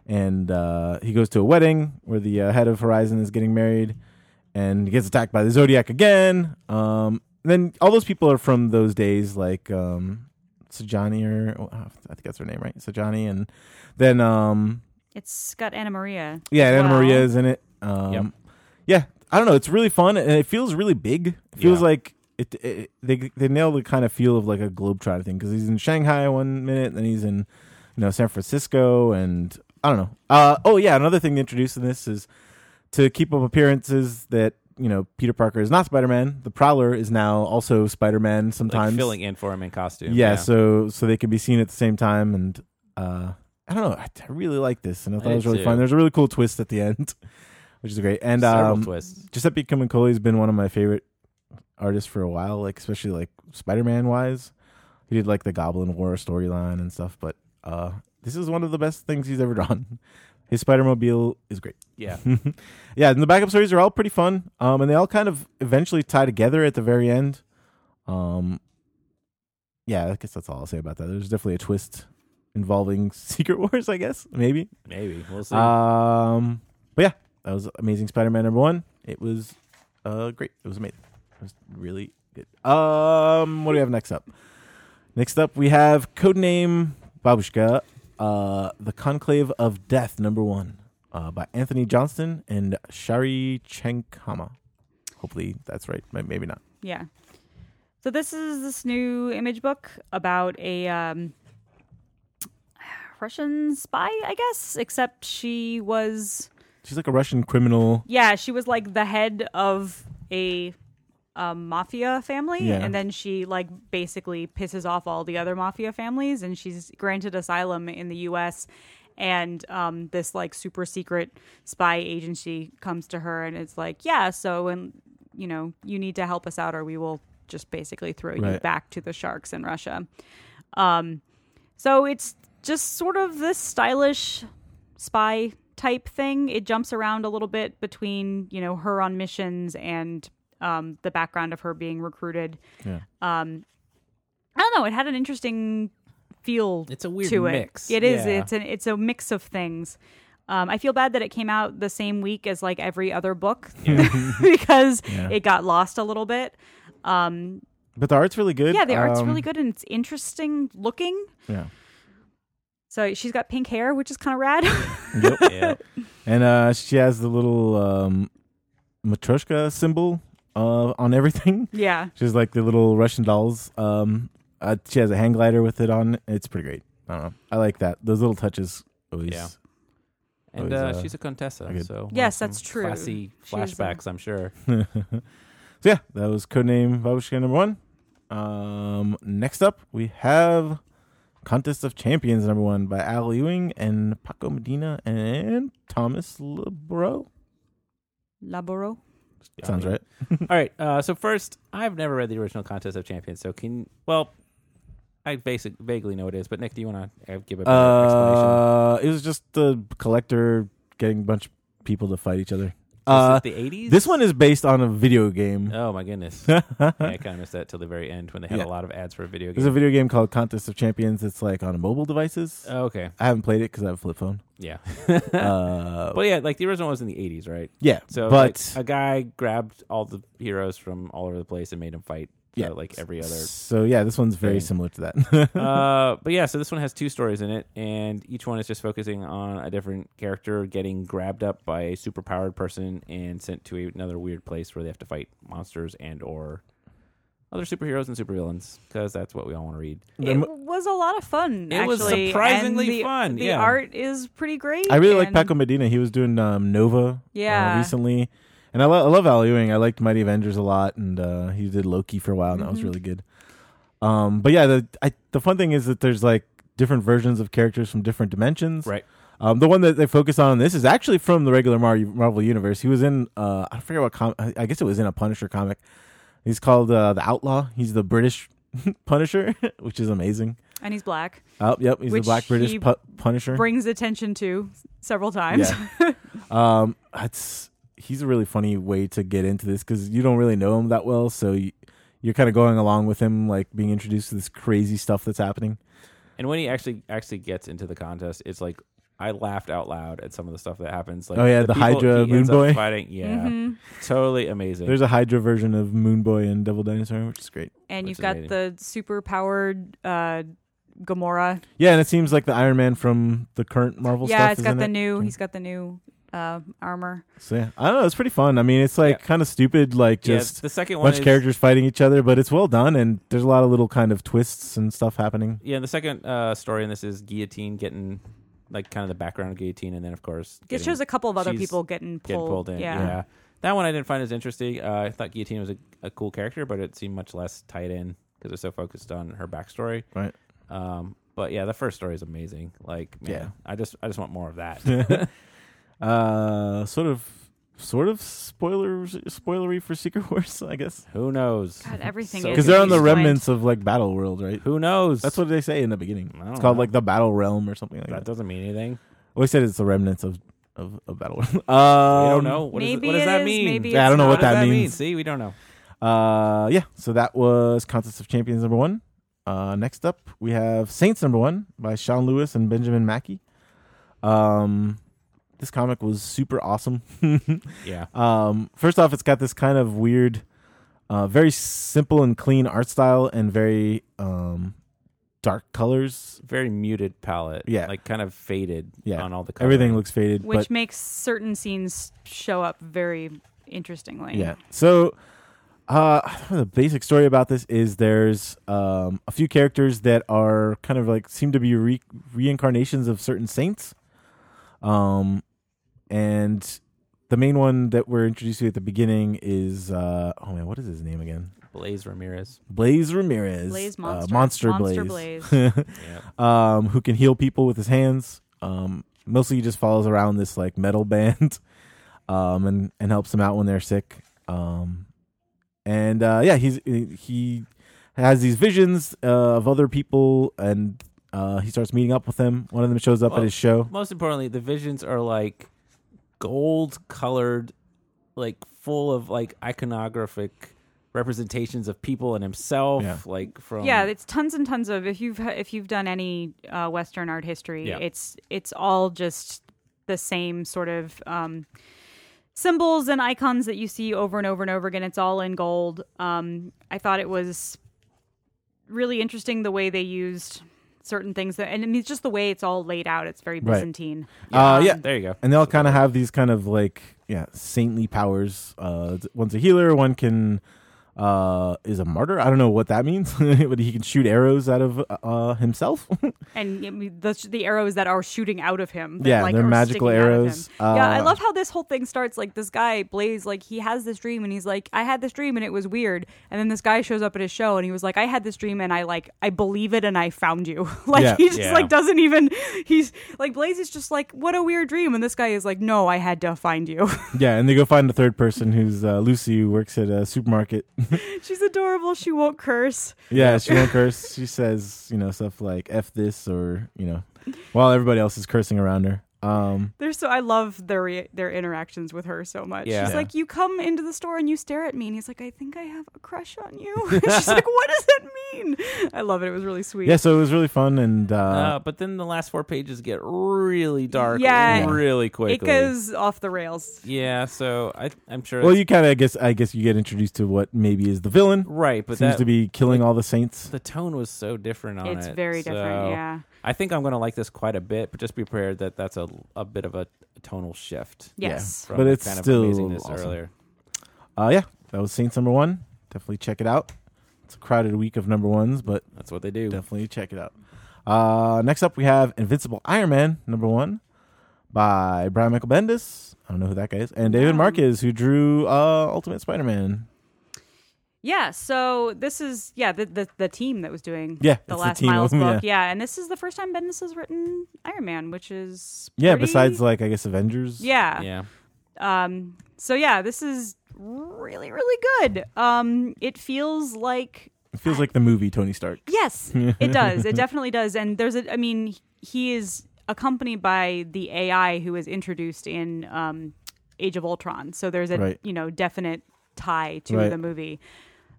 Speaker 1: and uh, he goes to a wedding where the uh, head of Horizon is getting married, and he gets attacked by the Zodiac again. Um, then all those people are from those days, like um, Sajani or oh, I think that's her name, right? Sajani, and then um,
Speaker 2: It's got Anna Maria.
Speaker 1: yeah, and Anna
Speaker 2: Wow.
Speaker 1: Maria is in it. Um,
Speaker 3: Yep.
Speaker 1: Yeah, I don't know. It's really fun, and it feels really big. It feels
Speaker 3: Yeah.
Speaker 1: like it, it. They they nail the kind of feel of like a globetrotter thing because he's in Shanghai one minute, then he's in you know San Francisco, and I don't know. Uh, oh yeah, another thing they introduced in this is to keep up appearances that you know Peter Parker is not Spider Man. The Prowler is now also Spider Man. Sometimes
Speaker 3: Like filling in for him in costume.
Speaker 1: yeah, so so they can be seen at the same time and uh i don't know i, I really like this and i thought
Speaker 3: did
Speaker 1: it was really
Speaker 3: too.
Speaker 1: fun there's a really cool twist at the end which is great and
Speaker 3: several
Speaker 1: um
Speaker 3: twists.
Speaker 1: giuseppe Camuncoli has been one of my favorite artists for a while like especially like spider-man wise he did like the goblin war storyline and stuff but uh this is one of the best things he's ever done his spider-mobile is great
Speaker 3: Yeah,
Speaker 1: yeah, and the backup stories are all pretty fun. Um, and they all kind of eventually tie together at the very end. Um, yeah, I guess that's all I'll say about that. There's definitely a twist involving Secret Wars, I guess, maybe.
Speaker 3: maybe we'll see.
Speaker 1: Um, but yeah, that was Amazing Spider-Man number one. It was uh great. It was amazing. It was really good. Um, what do we have next up? Next up, we have Codename Babushka, uh, The Conclave of Death, number one, uh, by Anthony Johnston and Shari Chenkama. Hopefully that's right. May- Maybe not.
Speaker 2: Yeah. So this is this new image book about a um, Russian spy, I guess. Except she was,
Speaker 1: She's like a Russian criminal.
Speaker 2: yeah, she was like the head of a, a mafia family,
Speaker 1: Yeah.
Speaker 2: and then she like basically pisses off all the other mafia families, and she's granted asylum in the U.S. And um, this like super secret spy agency comes to her, and it's like, yeah, so and you know, you need to help us out, or we will just basically throw you
Speaker 1: Right.
Speaker 2: back to the sharks in Russia. Um, so it's just sort of this stylish spy type thing. It jumps around a little bit between, you know, her on missions and um, the background of her being recruited.
Speaker 1: Yeah.
Speaker 2: Um, I don't know. It had an interesting feel
Speaker 3: It's a weird
Speaker 2: to it.
Speaker 3: mix.
Speaker 2: It is.
Speaker 3: Yeah.
Speaker 2: It's an it's a mix of things. Um, I feel bad that it came out the same week as like every other book because
Speaker 1: Yeah.
Speaker 2: it got lost a little bit. Um,
Speaker 1: But the art's really good.
Speaker 2: yeah, the art's
Speaker 1: Um,
Speaker 2: really good and it's interesting looking.
Speaker 1: Yeah.
Speaker 2: So she's got pink hair, which is kind of rad.
Speaker 1: Yep.
Speaker 3: yeah,
Speaker 1: And uh, she has the little um, matryoshka symbol uh, on everything.
Speaker 2: yeah,
Speaker 1: She's like the little Russian dolls. Um, uh, she has a hang glider with it on. It's pretty great. I don't know. I like that. Those little touches always.
Speaker 3: Yeah. and
Speaker 1: Oh, he's,
Speaker 3: uh,
Speaker 1: uh,
Speaker 3: she's a contessa,
Speaker 1: good.
Speaker 3: so
Speaker 2: Yes,
Speaker 3: some
Speaker 2: that's true.
Speaker 3: Classy
Speaker 2: She's, uh,
Speaker 3: flashbacks, I'm sure.
Speaker 1: so yeah, that was codename Babushka number one. Um, next up we have Contest of Champions number one by Al Ewing and Paco Medina and Thomas Lebro.
Speaker 2: Laboro.
Speaker 1: Sounds right.
Speaker 3: All right. Uh, so first, I've never read the original Contest of Champions. So can well, I basic vaguely know what it is. But Nick, do you want to give a better explanation?
Speaker 1: Uh, it was just the collector getting a bunch of people to fight each other. Uh,
Speaker 3: Is this the eighties.
Speaker 1: this one is based on a video game.
Speaker 3: Oh my goodness. Yeah, I kind of missed that till the very end when they had
Speaker 1: Yeah.
Speaker 3: a lot of ads for a video
Speaker 1: There's a
Speaker 3: game.
Speaker 1: video game called Contest of Champions. It's like on mobile devices.
Speaker 3: oh, okay.
Speaker 1: I haven't played it because I have a flip phone.
Speaker 3: Yeah.
Speaker 1: Uh,
Speaker 3: But yeah, like the original was in the eighties, right?
Speaker 1: yeah,
Speaker 3: So,
Speaker 1: but
Speaker 3: like, a guy grabbed all the heroes from all over the place and made them fight. uh,
Speaker 1: Yeah.
Speaker 3: like every other
Speaker 1: so yeah, this one's very
Speaker 3: thing.
Speaker 1: similar to that.
Speaker 3: uh, but yeah, so this one has two stories in it, and each one is just focusing on a different character getting grabbed up by a superpowered person and sent to another weird place where they have to fight monsters and or other superheroes and supervillains because that's what we all want to read.
Speaker 1: The mo-
Speaker 2: It was a lot of fun.
Speaker 3: It was
Speaker 2: actually, and
Speaker 3: surprisingly
Speaker 2: the-
Speaker 3: fun,
Speaker 2: The
Speaker 3: yeah.
Speaker 2: art is pretty great.
Speaker 1: I really like
Speaker 2: and-
Speaker 1: Paco Medina. He was doing um, Nova uh,
Speaker 2: Yeah.
Speaker 1: recently, and I, lo- I love Al Ewing. I liked Mighty Avengers a lot, and uh, he did Loki for a while, and that was
Speaker 2: Mm-hmm.
Speaker 1: really good. Um, but yeah, the I, the fun thing is that there's like different versions of characters from different dimensions.
Speaker 3: Right.
Speaker 1: Um, the one that they focus on in this is actually from the regular Mar- Marvel universe. He was in uh, I forget what com- I I guess it was in a Punisher comic. He's called uh, the Outlaw. He's the British Punisher, which is amazing.
Speaker 2: and he's black.
Speaker 1: Oh, yep, he's
Speaker 2: Which
Speaker 1: the Black British
Speaker 2: he
Speaker 1: pu- Punisher.
Speaker 2: Brings attention to several times.
Speaker 1: Um, that's he's a really funny way to get into this because you don't really know him that well, so you, you're kind of going along with him, like being introduced to this crazy stuff that's happening.
Speaker 3: And when he actually actually gets into the contest, it's like I laughed out loud at some of the stuff that happens. Like
Speaker 1: Oh, yeah, the
Speaker 3: people
Speaker 1: Hydra
Speaker 3: he ends
Speaker 1: Moon
Speaker 3: up
Speaker 1: Boy.
Speaker 3: fighting. Yeah,
Speaker 2: Mm-hmm.
Speaker 3: totally amazing.
Speaker 1: There's a Hydra version of Moon Boy and Devil Dinosaur, which is great.
Speaker 2: and you've
Speaker 3: is
Speaker 2: got
Speaker 3: amazing.
Speaker 2: the super powered uh, Gamora.
Speaker 1: Yeah, and it seems like the Iron Man from the current Marvel
Speaker 2: yeah,
Speaker 1: stuff.
Speaker 2: it's
Speaker 1: is
Speaker 2: got
Speaker 1: in
Speaker 2: the
Speaker 1: it.
Speaker 2: new.
Speaker 1: too.
Speaker 2: He's got the new uh, armor.
Speaker 1: So yeah, I don't know. It's pretty fun. I mean, it's like
Speaker 3: Yeah.
Speaker 1: kind of stupid, like
Speaker 3: yeah,
Speaker 1: just
Speaker 3: the second
Speaker 1: a
Speaker 3: one
Speaker 1: bunch
Speaker 3: is,
Speaker 1: of characters fighting each other, but it's well done, and there's a lot of little kind of twists and stuff happening.
Speaker 3: Yeah, the second uh, story in this is Guillotine getting like kind of the background of Guillotine, and then of course
Speaker 2: It
Speaker 3: getting,
Speaker 2: shows a couple of other
Speaker 3: she's
Speaker 2: people getting pulled.
Speaker 3: getting pulled in.
Speaker 2: Yeah.
Speaker 3: that one I didn't find as interesting. Uh, I thought Guillotine was a, a cool character, but it seemed much less tied in because it's so focused on her backstory.
Speaker 1: Right.
Speaker 3: Um, but yeah, the first story is amazing. Like, man,
Speaker 1: Yeah.
Speaker 3: I just I just want more of that.
Speaker 1: Uh, sort of, sort of spoilers, spoilery for Secret Wars, I guess.
Speaker 3: Who knows?
Speaker 2: God, everything
Speaker 3: So
Speaker 2: is
Speaker 1: because they're on the
Speaker 2: explained.
Speaker 1: remnants of like battle world right
Speaker 3: Who knows?
Speaker 1: that's what they say in the beginning
Speaker 3: I don't
Speaker 1: it's called
Speaker 3: know.
Speaker 1: like the battle realm or something like
Speaker 3: that
Speaker 1: that,
Speaker 3: doesn't mean anything.
Speaker 1: well they said it's the remnants of of, of battle world um,
Speaker 3: We
Speaker 1: i
Speaker 3: don't know. What, is it-
Speaker 2: maybe
Speaker 3: what does
Speaker 2: it
Speaker 3: that
Speaker 2: is,
Speaker 3: mean?
Speaker 2: Maybe
Speaker 1: Yeah, I
Speaker 2: it's
Speaker 1: don't know
Speaker 3: what
Speaker 1: what
Speaker 2: not.
Speaker 3: does that
Speaker 1: that
Speaker 3: mean?
Speaker 1: means.
Speaker 3: See, we don't know.
Speaker 1: uh yeah so that was contest of champions number one uh next up we have saints number one by sean lewis and benjamin mackey um this comic was super awesome
Speaker 3: Yeah.
Speaker 1: Um, first off, it's got this kind of weird, uh, very simple and clean art style and very um, dark colors.
Speaker 3: Very muted palette.
Speaker 1: Yeah.
Speaker 3: Like kind of faded
Speaker 1: Yeah.
Speaker 3: on all the colors.
Speaker 1: Everything looks faded,
Speaker 2: Which
Speaker 1: but
Speaker 2: makes certain scenes show up very interestingly.
Speaker 1: yeah. So, uh, the basic story about this is there's um, a few characters that are kind of like seem to be re- reincarnations of certain saints, um, and the main one that we're introduced to at the beginning is uh, oh man, what is his name again?
Speaker 3: Blaze Ramirez.
Speaker 1: Blaze Ramirez,
Speaker 2: Blaze
Speaker 1: uh,
Speaker 2: Monster.
Speaker 1: Monster,
Speaker 2: Monster
Speaker 3: Yeah.
Speaker 1: um, who can heal people with his hands. Um, mostly, he just follows around this like metal band, um, and and helps them out when they're sick. Um, and uh, yeah, he's he has these visions uh, of other people, and uh, he starts meeting up with them. One of them shows up
Speaker 3: Well-
Speaker 1: at his show.
Speaker 3: Most importantly, the visions are like gold colored, like full of like iconographic representations of people and himself.
Speaker 1: Yeah.
Speaker 3: Like from
Speaker 2: yeah, it's tons and tons of if you've if you've done any uh, Western art history,
Speaker 3: Yeah.
Speaker 2: it's it's all just the same sort of um, symbols and icons that you see over and over and over again. It's all in gold. Um, I thought it was really interesting the way they used certain things that, and I mean, it's just the way it's all laid out. It's very
Speaker 1: Right.
Speaker 2: Byzantine.
Speaker 1: Uh,
Speaker 2: Um,
Speaker 1: yeah,
Speaker 3: there you go.
Speaker 1: and they all kind of have these kind of like yeah saintly powers. Uh, th- one's a healer, one can uh is a martyr. I don't know what that means, but he can shoot arrows out of uh himself.
Speaker 2: and I mean, the, the arrows that are shooting out of him. that,
Speaker 1: Yeah,
Speaker 2: like,
Speaker 1: they're
Speaker 2: are
Speaker 1: magical
Speaker 2: sticking out of
Speaker 1: arrows.
Speaker 2: him. yeah, I
Speaker 1: Uh,
Speaker 2: love how this whole thing starts. Like this guy Blaze, like he has this dream, and he's like, "I had this dream, and it was weird." And then this guy shows up at his show, and he was like, "I had this dream, and I like, I believe it, and I found you." like
Speaker 1: Yeah.
Speaker 2: he just
Speaker 3: Yeah.
Speaker 2: like doesn't even. He's like Blaze is just like, "What a weird dream," and this guy is like, "No, I had to find you."
Speaker 1: yeah, and they go find a third person who's uh, Lucy, who works at a supermarket.
Speaker 2: She's adorable. She won't curse.
Speaker 1: yeah, she won't curse. She says you know stuff like "f this" or you know, while everybody else is cursing around her. Um,
Speaker 2: They're so I love their re- their interactions with her so much.
Speaker 3: Yeah.
Speaker 2: She's
Speaker 3: Yeah.
Speaker 2: like, "You come into the store and you stare at me," and he's like, "I think I have a crush on you." She's like, "What does that mean?" I love it. It was really sweet.
Speaker 1: yeah, so it was really fun, and uh,
Speaker 3: Uh, but then the last four pages get really dark,
Speaker 2: Yeah.
Speaker 3: really
Speaker 2: it
Speaker 3: quickly.
Speaker 2: goes off the rails.
Speaker 3: yeah, so I, I'm sure.
Speaker 1: well,
Speaker 3: it's-
Speaker 1: you kind of guess I guess you get introduced to what maybe is the villain.
Speaker 3: right, but
Speaker 1: Seems
Speaker 3: that,
Speaker 1: to be killing all the saints.
Speaker 3: the tone was so different on
Speaker 2: It's
Speaker 3: it.
Speaker 2: very different,
Speaker 3: so
Speaker 2: yeah.
Speaker 3: I think I'm going to like this quite a bit, but just be prepared that that's a a bit of a tonal shift.
Speaker 2: Yes.
Speaker 3: from
Speaker 1: But
Speaker 3: the
Speaker 1: it's
Speaker 3: kind
Speaker 1: still
Speaker 3: of amazingness
Speaker 1: awesome.
Speaker 3: earlier.
Speaker 1: Uh, yeah, that was Saints number one. Definitely check it out. It's a crowded week of number ones, but
Speaker 3: That's what they do.
Speaker 1: definitely check it out. Uh, next up, we have Invincible Iron Man number one by Brian Michael Bendis. I don't know who that guy is, and David Marquez, who drew uh, Ultimate Spider Man.
Speaker 2: Yeah, so this is yeah the the, the team that was doing
Speaker 1: Yeah,
Speaker 2: the
Speaker 1: it's the
Speaker 2: last
Speaker 1: team,
Speaker 2: Miles
Speaker 1: yeah.
Speaker 2: book yeah. and this is the first time Bendis has written Iron Man, which is
Speaker 1: Yeah,
Speaker 2: pretty-
Speaker 1: besides like I guess Avengers.
Speaker 2: yeah
Speaker 3: Yeah.
Speaker 2: Um, so yeah, this is really, really good. Um, it feels like
Speaker 1: it feels like the movie Tony Stark.
Speaker 2: yes, it does. It definitely does. And there's a, I mean, he is accompanied by the AI who was introduced in um, Age of Ultron. So there's a
Speaker 1: Right.
Speaker 2: you know definite tie to
Speaker 1: Right.
Speaker 2: the movie.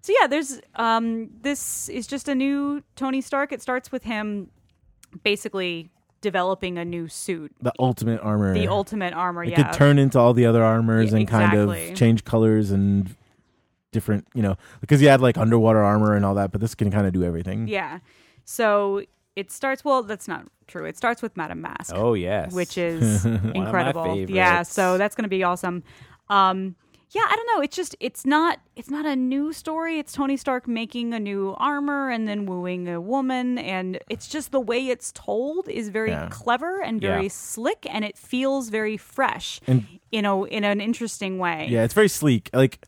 Speaker 2: So yeah, there's um, this is just a new Tony Stark. It starts with him basically developing a new suit,
Speaker 1: The ultimate armor.
Speaker 2: the ultimate armor.
Speaker 1: It
Speaker 2: yeah,
Speaker 1: could turn into all the other armors
Speaker 2: Yeah,
Speaker 1: and kind
Speaker 2: exactly.
Speaker 1: of change colors and different, you know, because you had like underwater armor and all that, but this can kind of do everything.
Speaker 2: Yeah. So it starts. Well, that's not true. It starts with Madame Mask,
Speaker 3: Oh yes.
Speaker 2: which is
Speaker 3: my
Speaker 2: incredible. Yeah.
Speaker 3: favorites.
Speaker 2: So that's going to be awesome. Um, yeah, I don't know. It's just it's not it's not a new story. It's Tony Stark making a new armor and then wooing a woman, and it's just the way it's told is very
Speaker 1: Yeah.
Speaker 2: clever and very
Speaker 3: Yeah.
Speaker 2: slick, and it feels very fresh.
Speaker 1: And-
Speaker 2: you know, in an interesting way.
Speaker 1: Yeah, it's very sleek. Like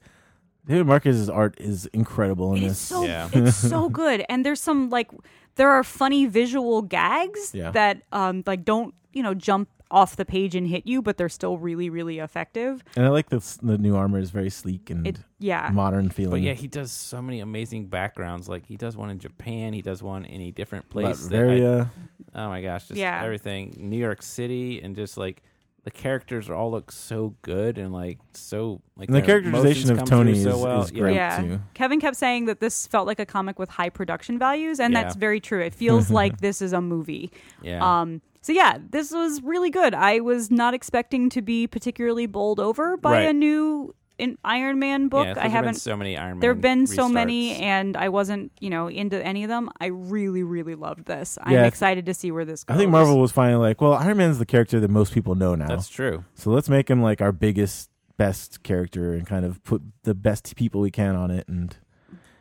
Speaker 1: David Marquez's art is incredible in
Speaker 2: It's
Speaker 1: this.
Speaker 2: so
Speaker 3: Yeah.
Speaker 2: it's so good, and there's some like there are funny visual gags
Speaker 1: Yeah.
Speaker 2: that um like don't you know jump off the page and hit you, but they're still really really effective.
Speaker 1: and I like this the new armor is very sleek and
Speaker 2: It yeah
Speaker 1: modern feeling.
Speaker 3: But yeah, he does so many amazing backgrounds. Like he does one in Japan. He does one in a different place. that I-
Speaker 1: Latveria.
Speaker 3: oh my gosh, just
Speaker 2: Yeah.
Speaker 3: everything. New York City and just like the characters are all look so good and like so like
Speaker 1: And the
Speaker 3: their
Speaker 1: characterization
Speaker 3: emotions
Speaker 1: of
Speaker 3: come
Speaker 1: Tony
Speaker 3: through so
Speaker 1: is-
Speaker 3: well.
Speaker 1: is
Speaker 3: Yeah.
Speaker 1: great.
Speaker 2: yeah.
Speaker 1: too.
Speaker 2: Kevin kept saying that this felt like a comic with high production values, and
Speaker 3: Yeah.
Speaker 2: that's very true. It feels like this is a movie.
Speaker 3: Yeah.
Speaker 2: Um. So yeah, this was really good. I was not expecting to be particularly bowled over by
Speaker 3: Right.
Speaker 2: a new in Iron Man book.
Speaker 3: Yeah,
Speaker 2: I
Speaker 3: there's been
Speaker 2: haven't
Speaker 3: so many Iron Man.
Speaker 2: there have been so many
Speaker 3: restarts.
Speaker 2: and i wasn't you know into any of them i really really loved this i'm
Speaker 1: Yeah, I th-
Speaker 2: excited to see where this goes
Speaker 1: I think Marvel was finally like, well, Iron Man's the character that most people know now.
Speaker 3: That's true.
Speaker 1: so let's make him like our biggest, best character and kind of put the best people we can on it. And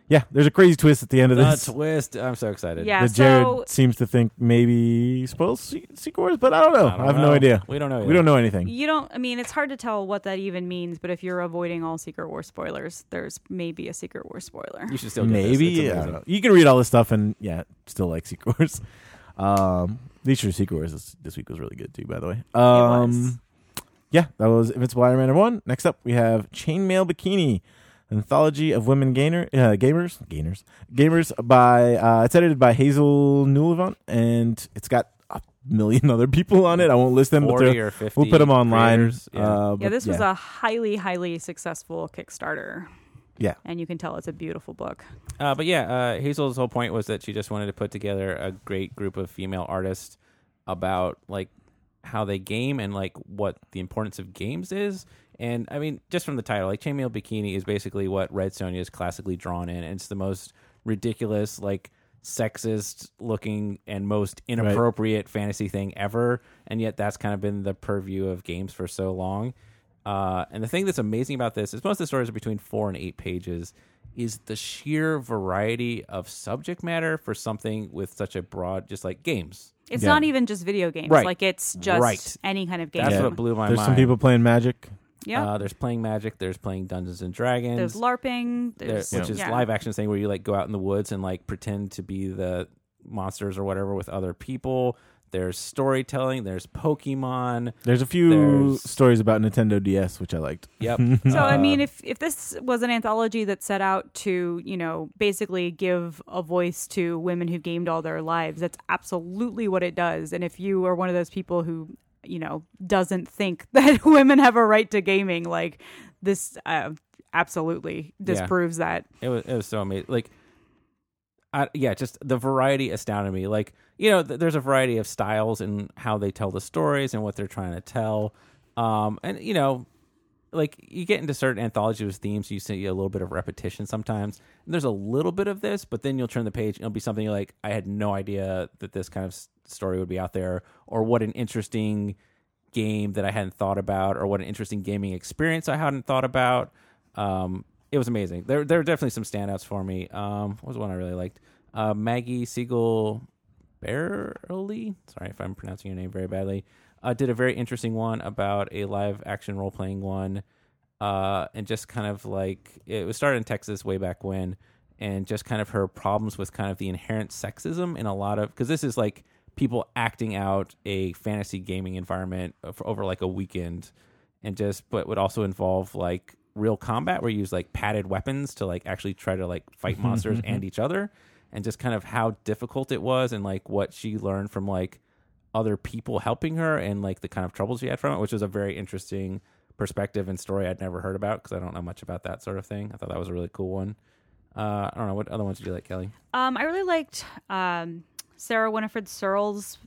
Speaker 1: yeah, there's a crazy twist at the end of
Speaker 3: The
Speaker 1: this.
Speaker 3: twist. I'm so excited.
Speaker 2: Yeah.
Speaker 1: that Jared
Speaker 2: so-
Speaker 1: seems to think maybe spoils se- sequels, but I don't know. Oh, I,
Speaker 3: I don't
Speaker 1: have
Speaker 3: know.
Speaker 1: no idea.
Speaker 3: We don't know.
Speaker 1: We don't know anything.
Speaker 2: you don't i mean it's hard to tell what that even means but if you're avoiding all secret war spoilers there's maybe a secret war spoiler
Speaker 3: You should still get this.
Speaker 1: Maybe
Speaker 3: It's
Speaker 1: yeah, I don't
Speaker 3: amazing.
Speaker 1: know. you can read all this stuff and yeah, still like sequels. Um, these are sequels. This, this week was really good too, by the way.
Speaker 2: was.
Speaker 1: Um, yeah, that was Invincible Iron Man number one. Next up, we have Chainmail Bikini, Anthology of Women Gainer uh, Gamers Gainers Gamers by uh, it's edited by Hazel Newlevant and it's got a million other people on it. I won't list them, but
Speaker 3: 40
Speaker 1: they're-
Speaker 3: or 50
Speaker 1: we'll put them online.
Speaker 3: creators. Yeah.
Speaker 1: Uh,
Speaker 2: yeah
Speaker 1: but
Speaker 2: this was a highly highly successful kickstarter
Speaker 1: Yeah.
Speaker 2: and you can tell it's a beautiful book
Speaker 3: Uh, but yeah, uh, Hazel's whole point was that she just wanted to put together a great group of female artists about like how they game and like what the importance of games is. And I mean, just from the title, like chainmail bikini is basically what Red Sonja is classically drawn in. And it's the most ridiculous, like sexist looking and most inappropriate fantasy thing ever. And yet that's kind of been the purview of games for so long. Uh, and the thing that's amazing about this is most of the stories are between four and eight pages. Is the sheer variety of subject matter for something with such a broad, just like games.
Speaker 2: it's
Speaker 1: Yeah.
Speaker 2: not even just video games
Speaker 3: Right.
Speaker 2: like it's just
Speaker 3: Right.
Speaker 2: any kind of game
Speaker 3: That's
Speaker 1: Yeah.
Speaker 3: what blew my
Speaker 1: there's
Speaker 3: mind.
Speaker 1: some people playing Magic.
Speaker 2: yeah
Speaker 3: Uh, there's playing Magic. There's playing Dungeons and Dragons.
Speaker 2: there's larping
Speaker 3: there-
Speaker 2: there's
Speaker 3: which is
Speaker 2: yeah.
Speaker 3: live action thing where you like go out in the woods and like pretend to be the monsters or whatever with other people. There's storytelling. There's Pokemon.
Speaker 1: There's a few
Speaker 3: There's-
Speaker 1: stories about Nintendo DS which I liked.
Speaker 3: Yep.
Speaker 2: So
Speaker 3: Uh-huh.
Speaker 2: I mean, if if this was an anthology that set out to you know basically give a voice to women who gamed all their lives, that's absolutely what it does. And if you are one of those people who you know doesn't think that women have a right to gaming, like this uh, absolutely disproves that.
Speaker 3: It was it was so amazing. Like, I, yeah, just the variety astounded me. Like, you know, th- there's a variety of styles and how they tell the stories and what they're trying to tell. Um, and you know, like you get into certain anthologies with themes, you see a little bit of repetition sometimes. And there's a little bit of this, but then you'll turn the page and it'll be something you're like, I had no idea that this kind of s- story would be out there, or what an interesting game that I hadn't thought about, or what an interesting gaming experience I hadn't thought about. Um, it was amazing. There, there were definitely some standouts for me. Um, what was one I really liked? Uh, Maggie Siegel Barely. Sorry if I'm pronouncing your name very badly. Uh, did a very interesting one about a live action role playing one, uh, and just kind of like it was started in Texas way back when, and just kind of her problems with kind of the inherent sexism in a lot of because this is like people acting out a fantasy gaming environment for, over like a weekend and just but would also involve like real combat where you use like padded weapons to like actually try to like fight monsters and each other and just kind of how difficult it was and like what she learned from like other people helping her and like the kind of troubles she had from it which was a very interesting perspective and story I'd never heard about because I don't know much about that sort of thing I thought that was a really cool one uh, I don't know what other ones did you like Kelly
Speaker 2: Um, I really liked um, Sarah Winifred Searle's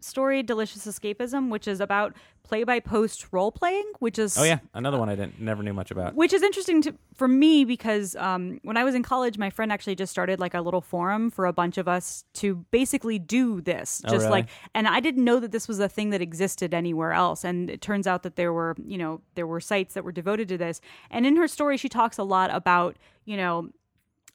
Speaker 2: story, Delicious Escapism, which is about play by post role playing, which is
Speaker 3: oh yeah another one I didn't never knew much about
Speaker 2: which is interesting to, for me because um, when I was in college, my friend actually just started like a little forum for a bunch of us to basically do this. Just
Speaker 3: Oh, really?
Speaker 2: like, and I didn't know that this was a thing that existed anywhere else. And it turns out that there were, you know, there were sites that were devoted to this. And in her story, she talks a lot about, you know,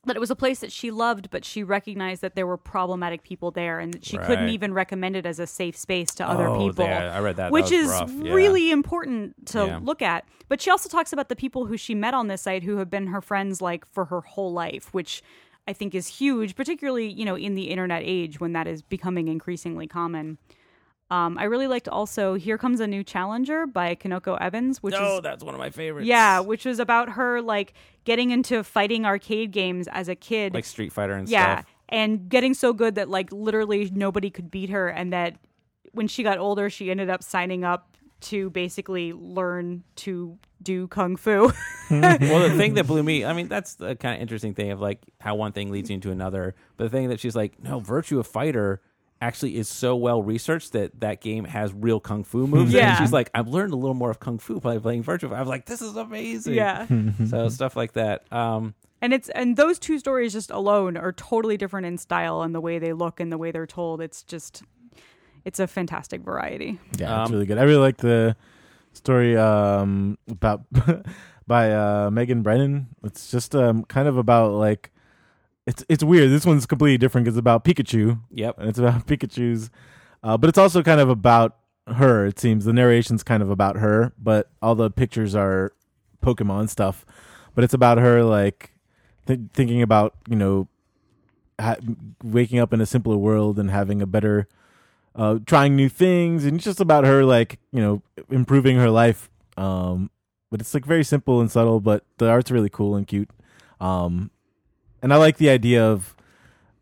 Speaker 2: that it was a place that she loved, but she recognized that there were problematic people there, and that she couldn't
Speaker 3: Right.
Speaker 2: even recommend it as a safe space to other
Speaker 3: Oh,
Speaker 2: people.
Speaker 3: yeah, I read that. That
Speaker 2: which
Speaker 3: was
Speaker 2: is
Speaker 3: rough, yeah.
Speaker 2: really important to
Speaker 3: Yeah.
Speaker 2: look at. But she also talks about the people who she met on this site who have been her friends like for her whole life, which I think is huge, particularly, you know, in the internet age when that is becoming increasingly common. Um, I really liked also Here Comes a New Challenger by Kanoko Evans, which
Speaker 3: no
Speaker 2: is
Speaker 3: Oh, that's one of my favorites
Speaker 2: yeah, which was about her like getting into fighting arcade games as a kid.
Speaker 3: like Street Fighter and
Speaker 2: yeah.
Speaker 3: stuff
Speaker 2: And getting so good that like literally nobody could beat her and that when she got older she ended up signing up to basically learn to do kung fu.
Speaker 3: well, the thing that blew me, I mean, that's the kind of interesting thing of like how one thing leads you into another. But the thing that she's like, no, Virtue of Fighter actually is so well researched that that game has real kung fu moves. in it.
Speaker 2: Yeah.
Speaker 3: And she's like, I've learned a little more of kung fu by playing Virtue. of Fighter." I was like, this is amazing.
Speaker 2: yeah.
Speaker 1: Mm-hmm.
Speaker 3: so stuff like that. Um,
Speaker 2: And it's and those two stories just alone are totally different in style and the way they look and the way they're told. It's just it's a fantastic variety.
Speaker 1: Yeah, it's
Speaker 3: Um,
Speaker 1: really good. I really like the story um, about by uh, Megan Brennan. It's just um, kind of about like it's it's weird. This one's completely different 'cause it's about Pikachu
Speaker 3: yep.
Speaker 1: and it's about Pikachu's, uh, but it's also kind of about her. It seems the narration's kind of about her, but all the pictures are Pokemon stuff. But it's about her like th- thinking about you know ha- waking up in a simpler world and having a better, uh, trying new things, and it's just about her like you know improving her life. Um, but it's like very simple and subtle, but the art's really cool and cute. Um, and I like the idea of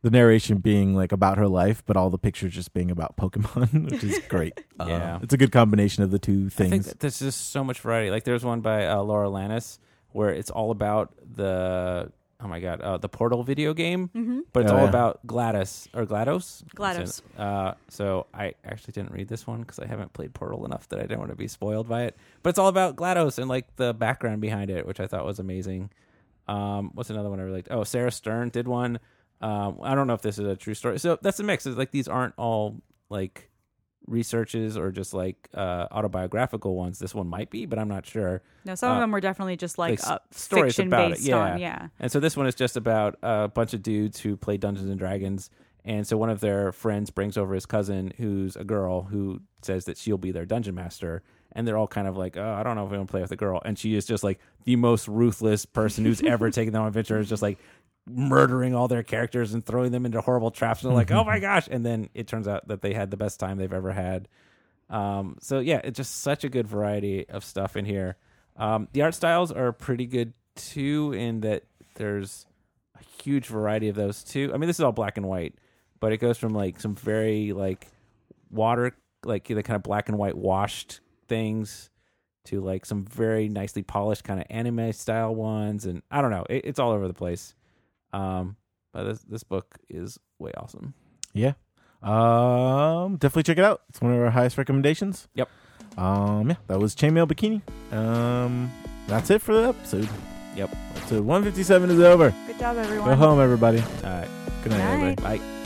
Speaker 1: the narration being like about her life, but all the pictures just being about Pokemon, which is great. Uh,
Speaker 3: Yeah.
Speaker 1: it's a good combination of the two
Speaker 3: I think
Speaker 1: things.
Speaker 3: that there's just so much variety. Like there's one by uh, Laura Lannis where it's all about the oh my god uh, the Portal video game,
Speaker 2: Mm-hmm.
Speaker 3: but it's
Speaker 1: Oh,
Speaker 3: all
Speaker 1: yeah.
Speaker 3: about Gladys or Glados.
Speaker 2: GLaDOS.
Speaker 3: Uh, so I actually didn't read this one because I haven't played Portal enough that I didn't want to be spoiled by it. But it's all about Glados and like the background behind it, which I thought was amazing. Um, what's another one I really liked? Oh, Sarah Stern did one. Um, I don't know if this is a true story. So that's the mix. It's like these aren't all like researches or just like uh, autobiographical ones. This one might be, but I'm not sure.
Speaker 2: No, some of
Speaker 3: Uh,
Speaker 2: them were definitely just like,
Speaker 3: s-
Speaker 2: uh,
Speaker 3: stories
Speaker 2: fiction
Speaker 3: about
Speaker 2: based
Speaker 3: it. Yeah.
Speaker 2: on yeah.
Speaker 3: And so this one is just about a bunch of dudes who play Dungeons and Dragons. And so one of their friends brings over his cousin, who's a girl, who says that she'll be their dungeon master. And they're all kind of like, oh, I don't know if we want to play with a girl. And she is just like the most ruthless person who's ever taken them on adventure. Is just like murdering all their characters and throwing them into horrible traps. And they're like, oh my gosh. And then it turns out that they had the best time they've ever had. Um, so yeah, it's just such a good variety of stuff in here. Um, the art styles are pretty good too, in that there's a huge variety of those too. I mean, this is all black and white, but it goes from like some very like water, like the kind of black and white washed things, to like some very nicely polished kind of anime style ones, and I don't know, it, it's all over the place. Um, but this this book is way awesome.
Speaker 1: Yeah. Um, definitely check it out. It's one of our highest recommendations.
Speaker 3: Yep.
Speaker 1: Um, yeah, that was Chainmail Bikini. Um, that's it for the episode.
Speaker 3: Yep.
Speaker 1: Episode 157 is over.
Speaker 2: Good job,
Speaker 1: Go
Speaker 2: everyone.
Speaker 1: home, everybody.
Speaker 3: All right.
Speaker 1: Good night,
Speaker 2: Night.
Speaker 1: everybody.
Speaker 3: Bye.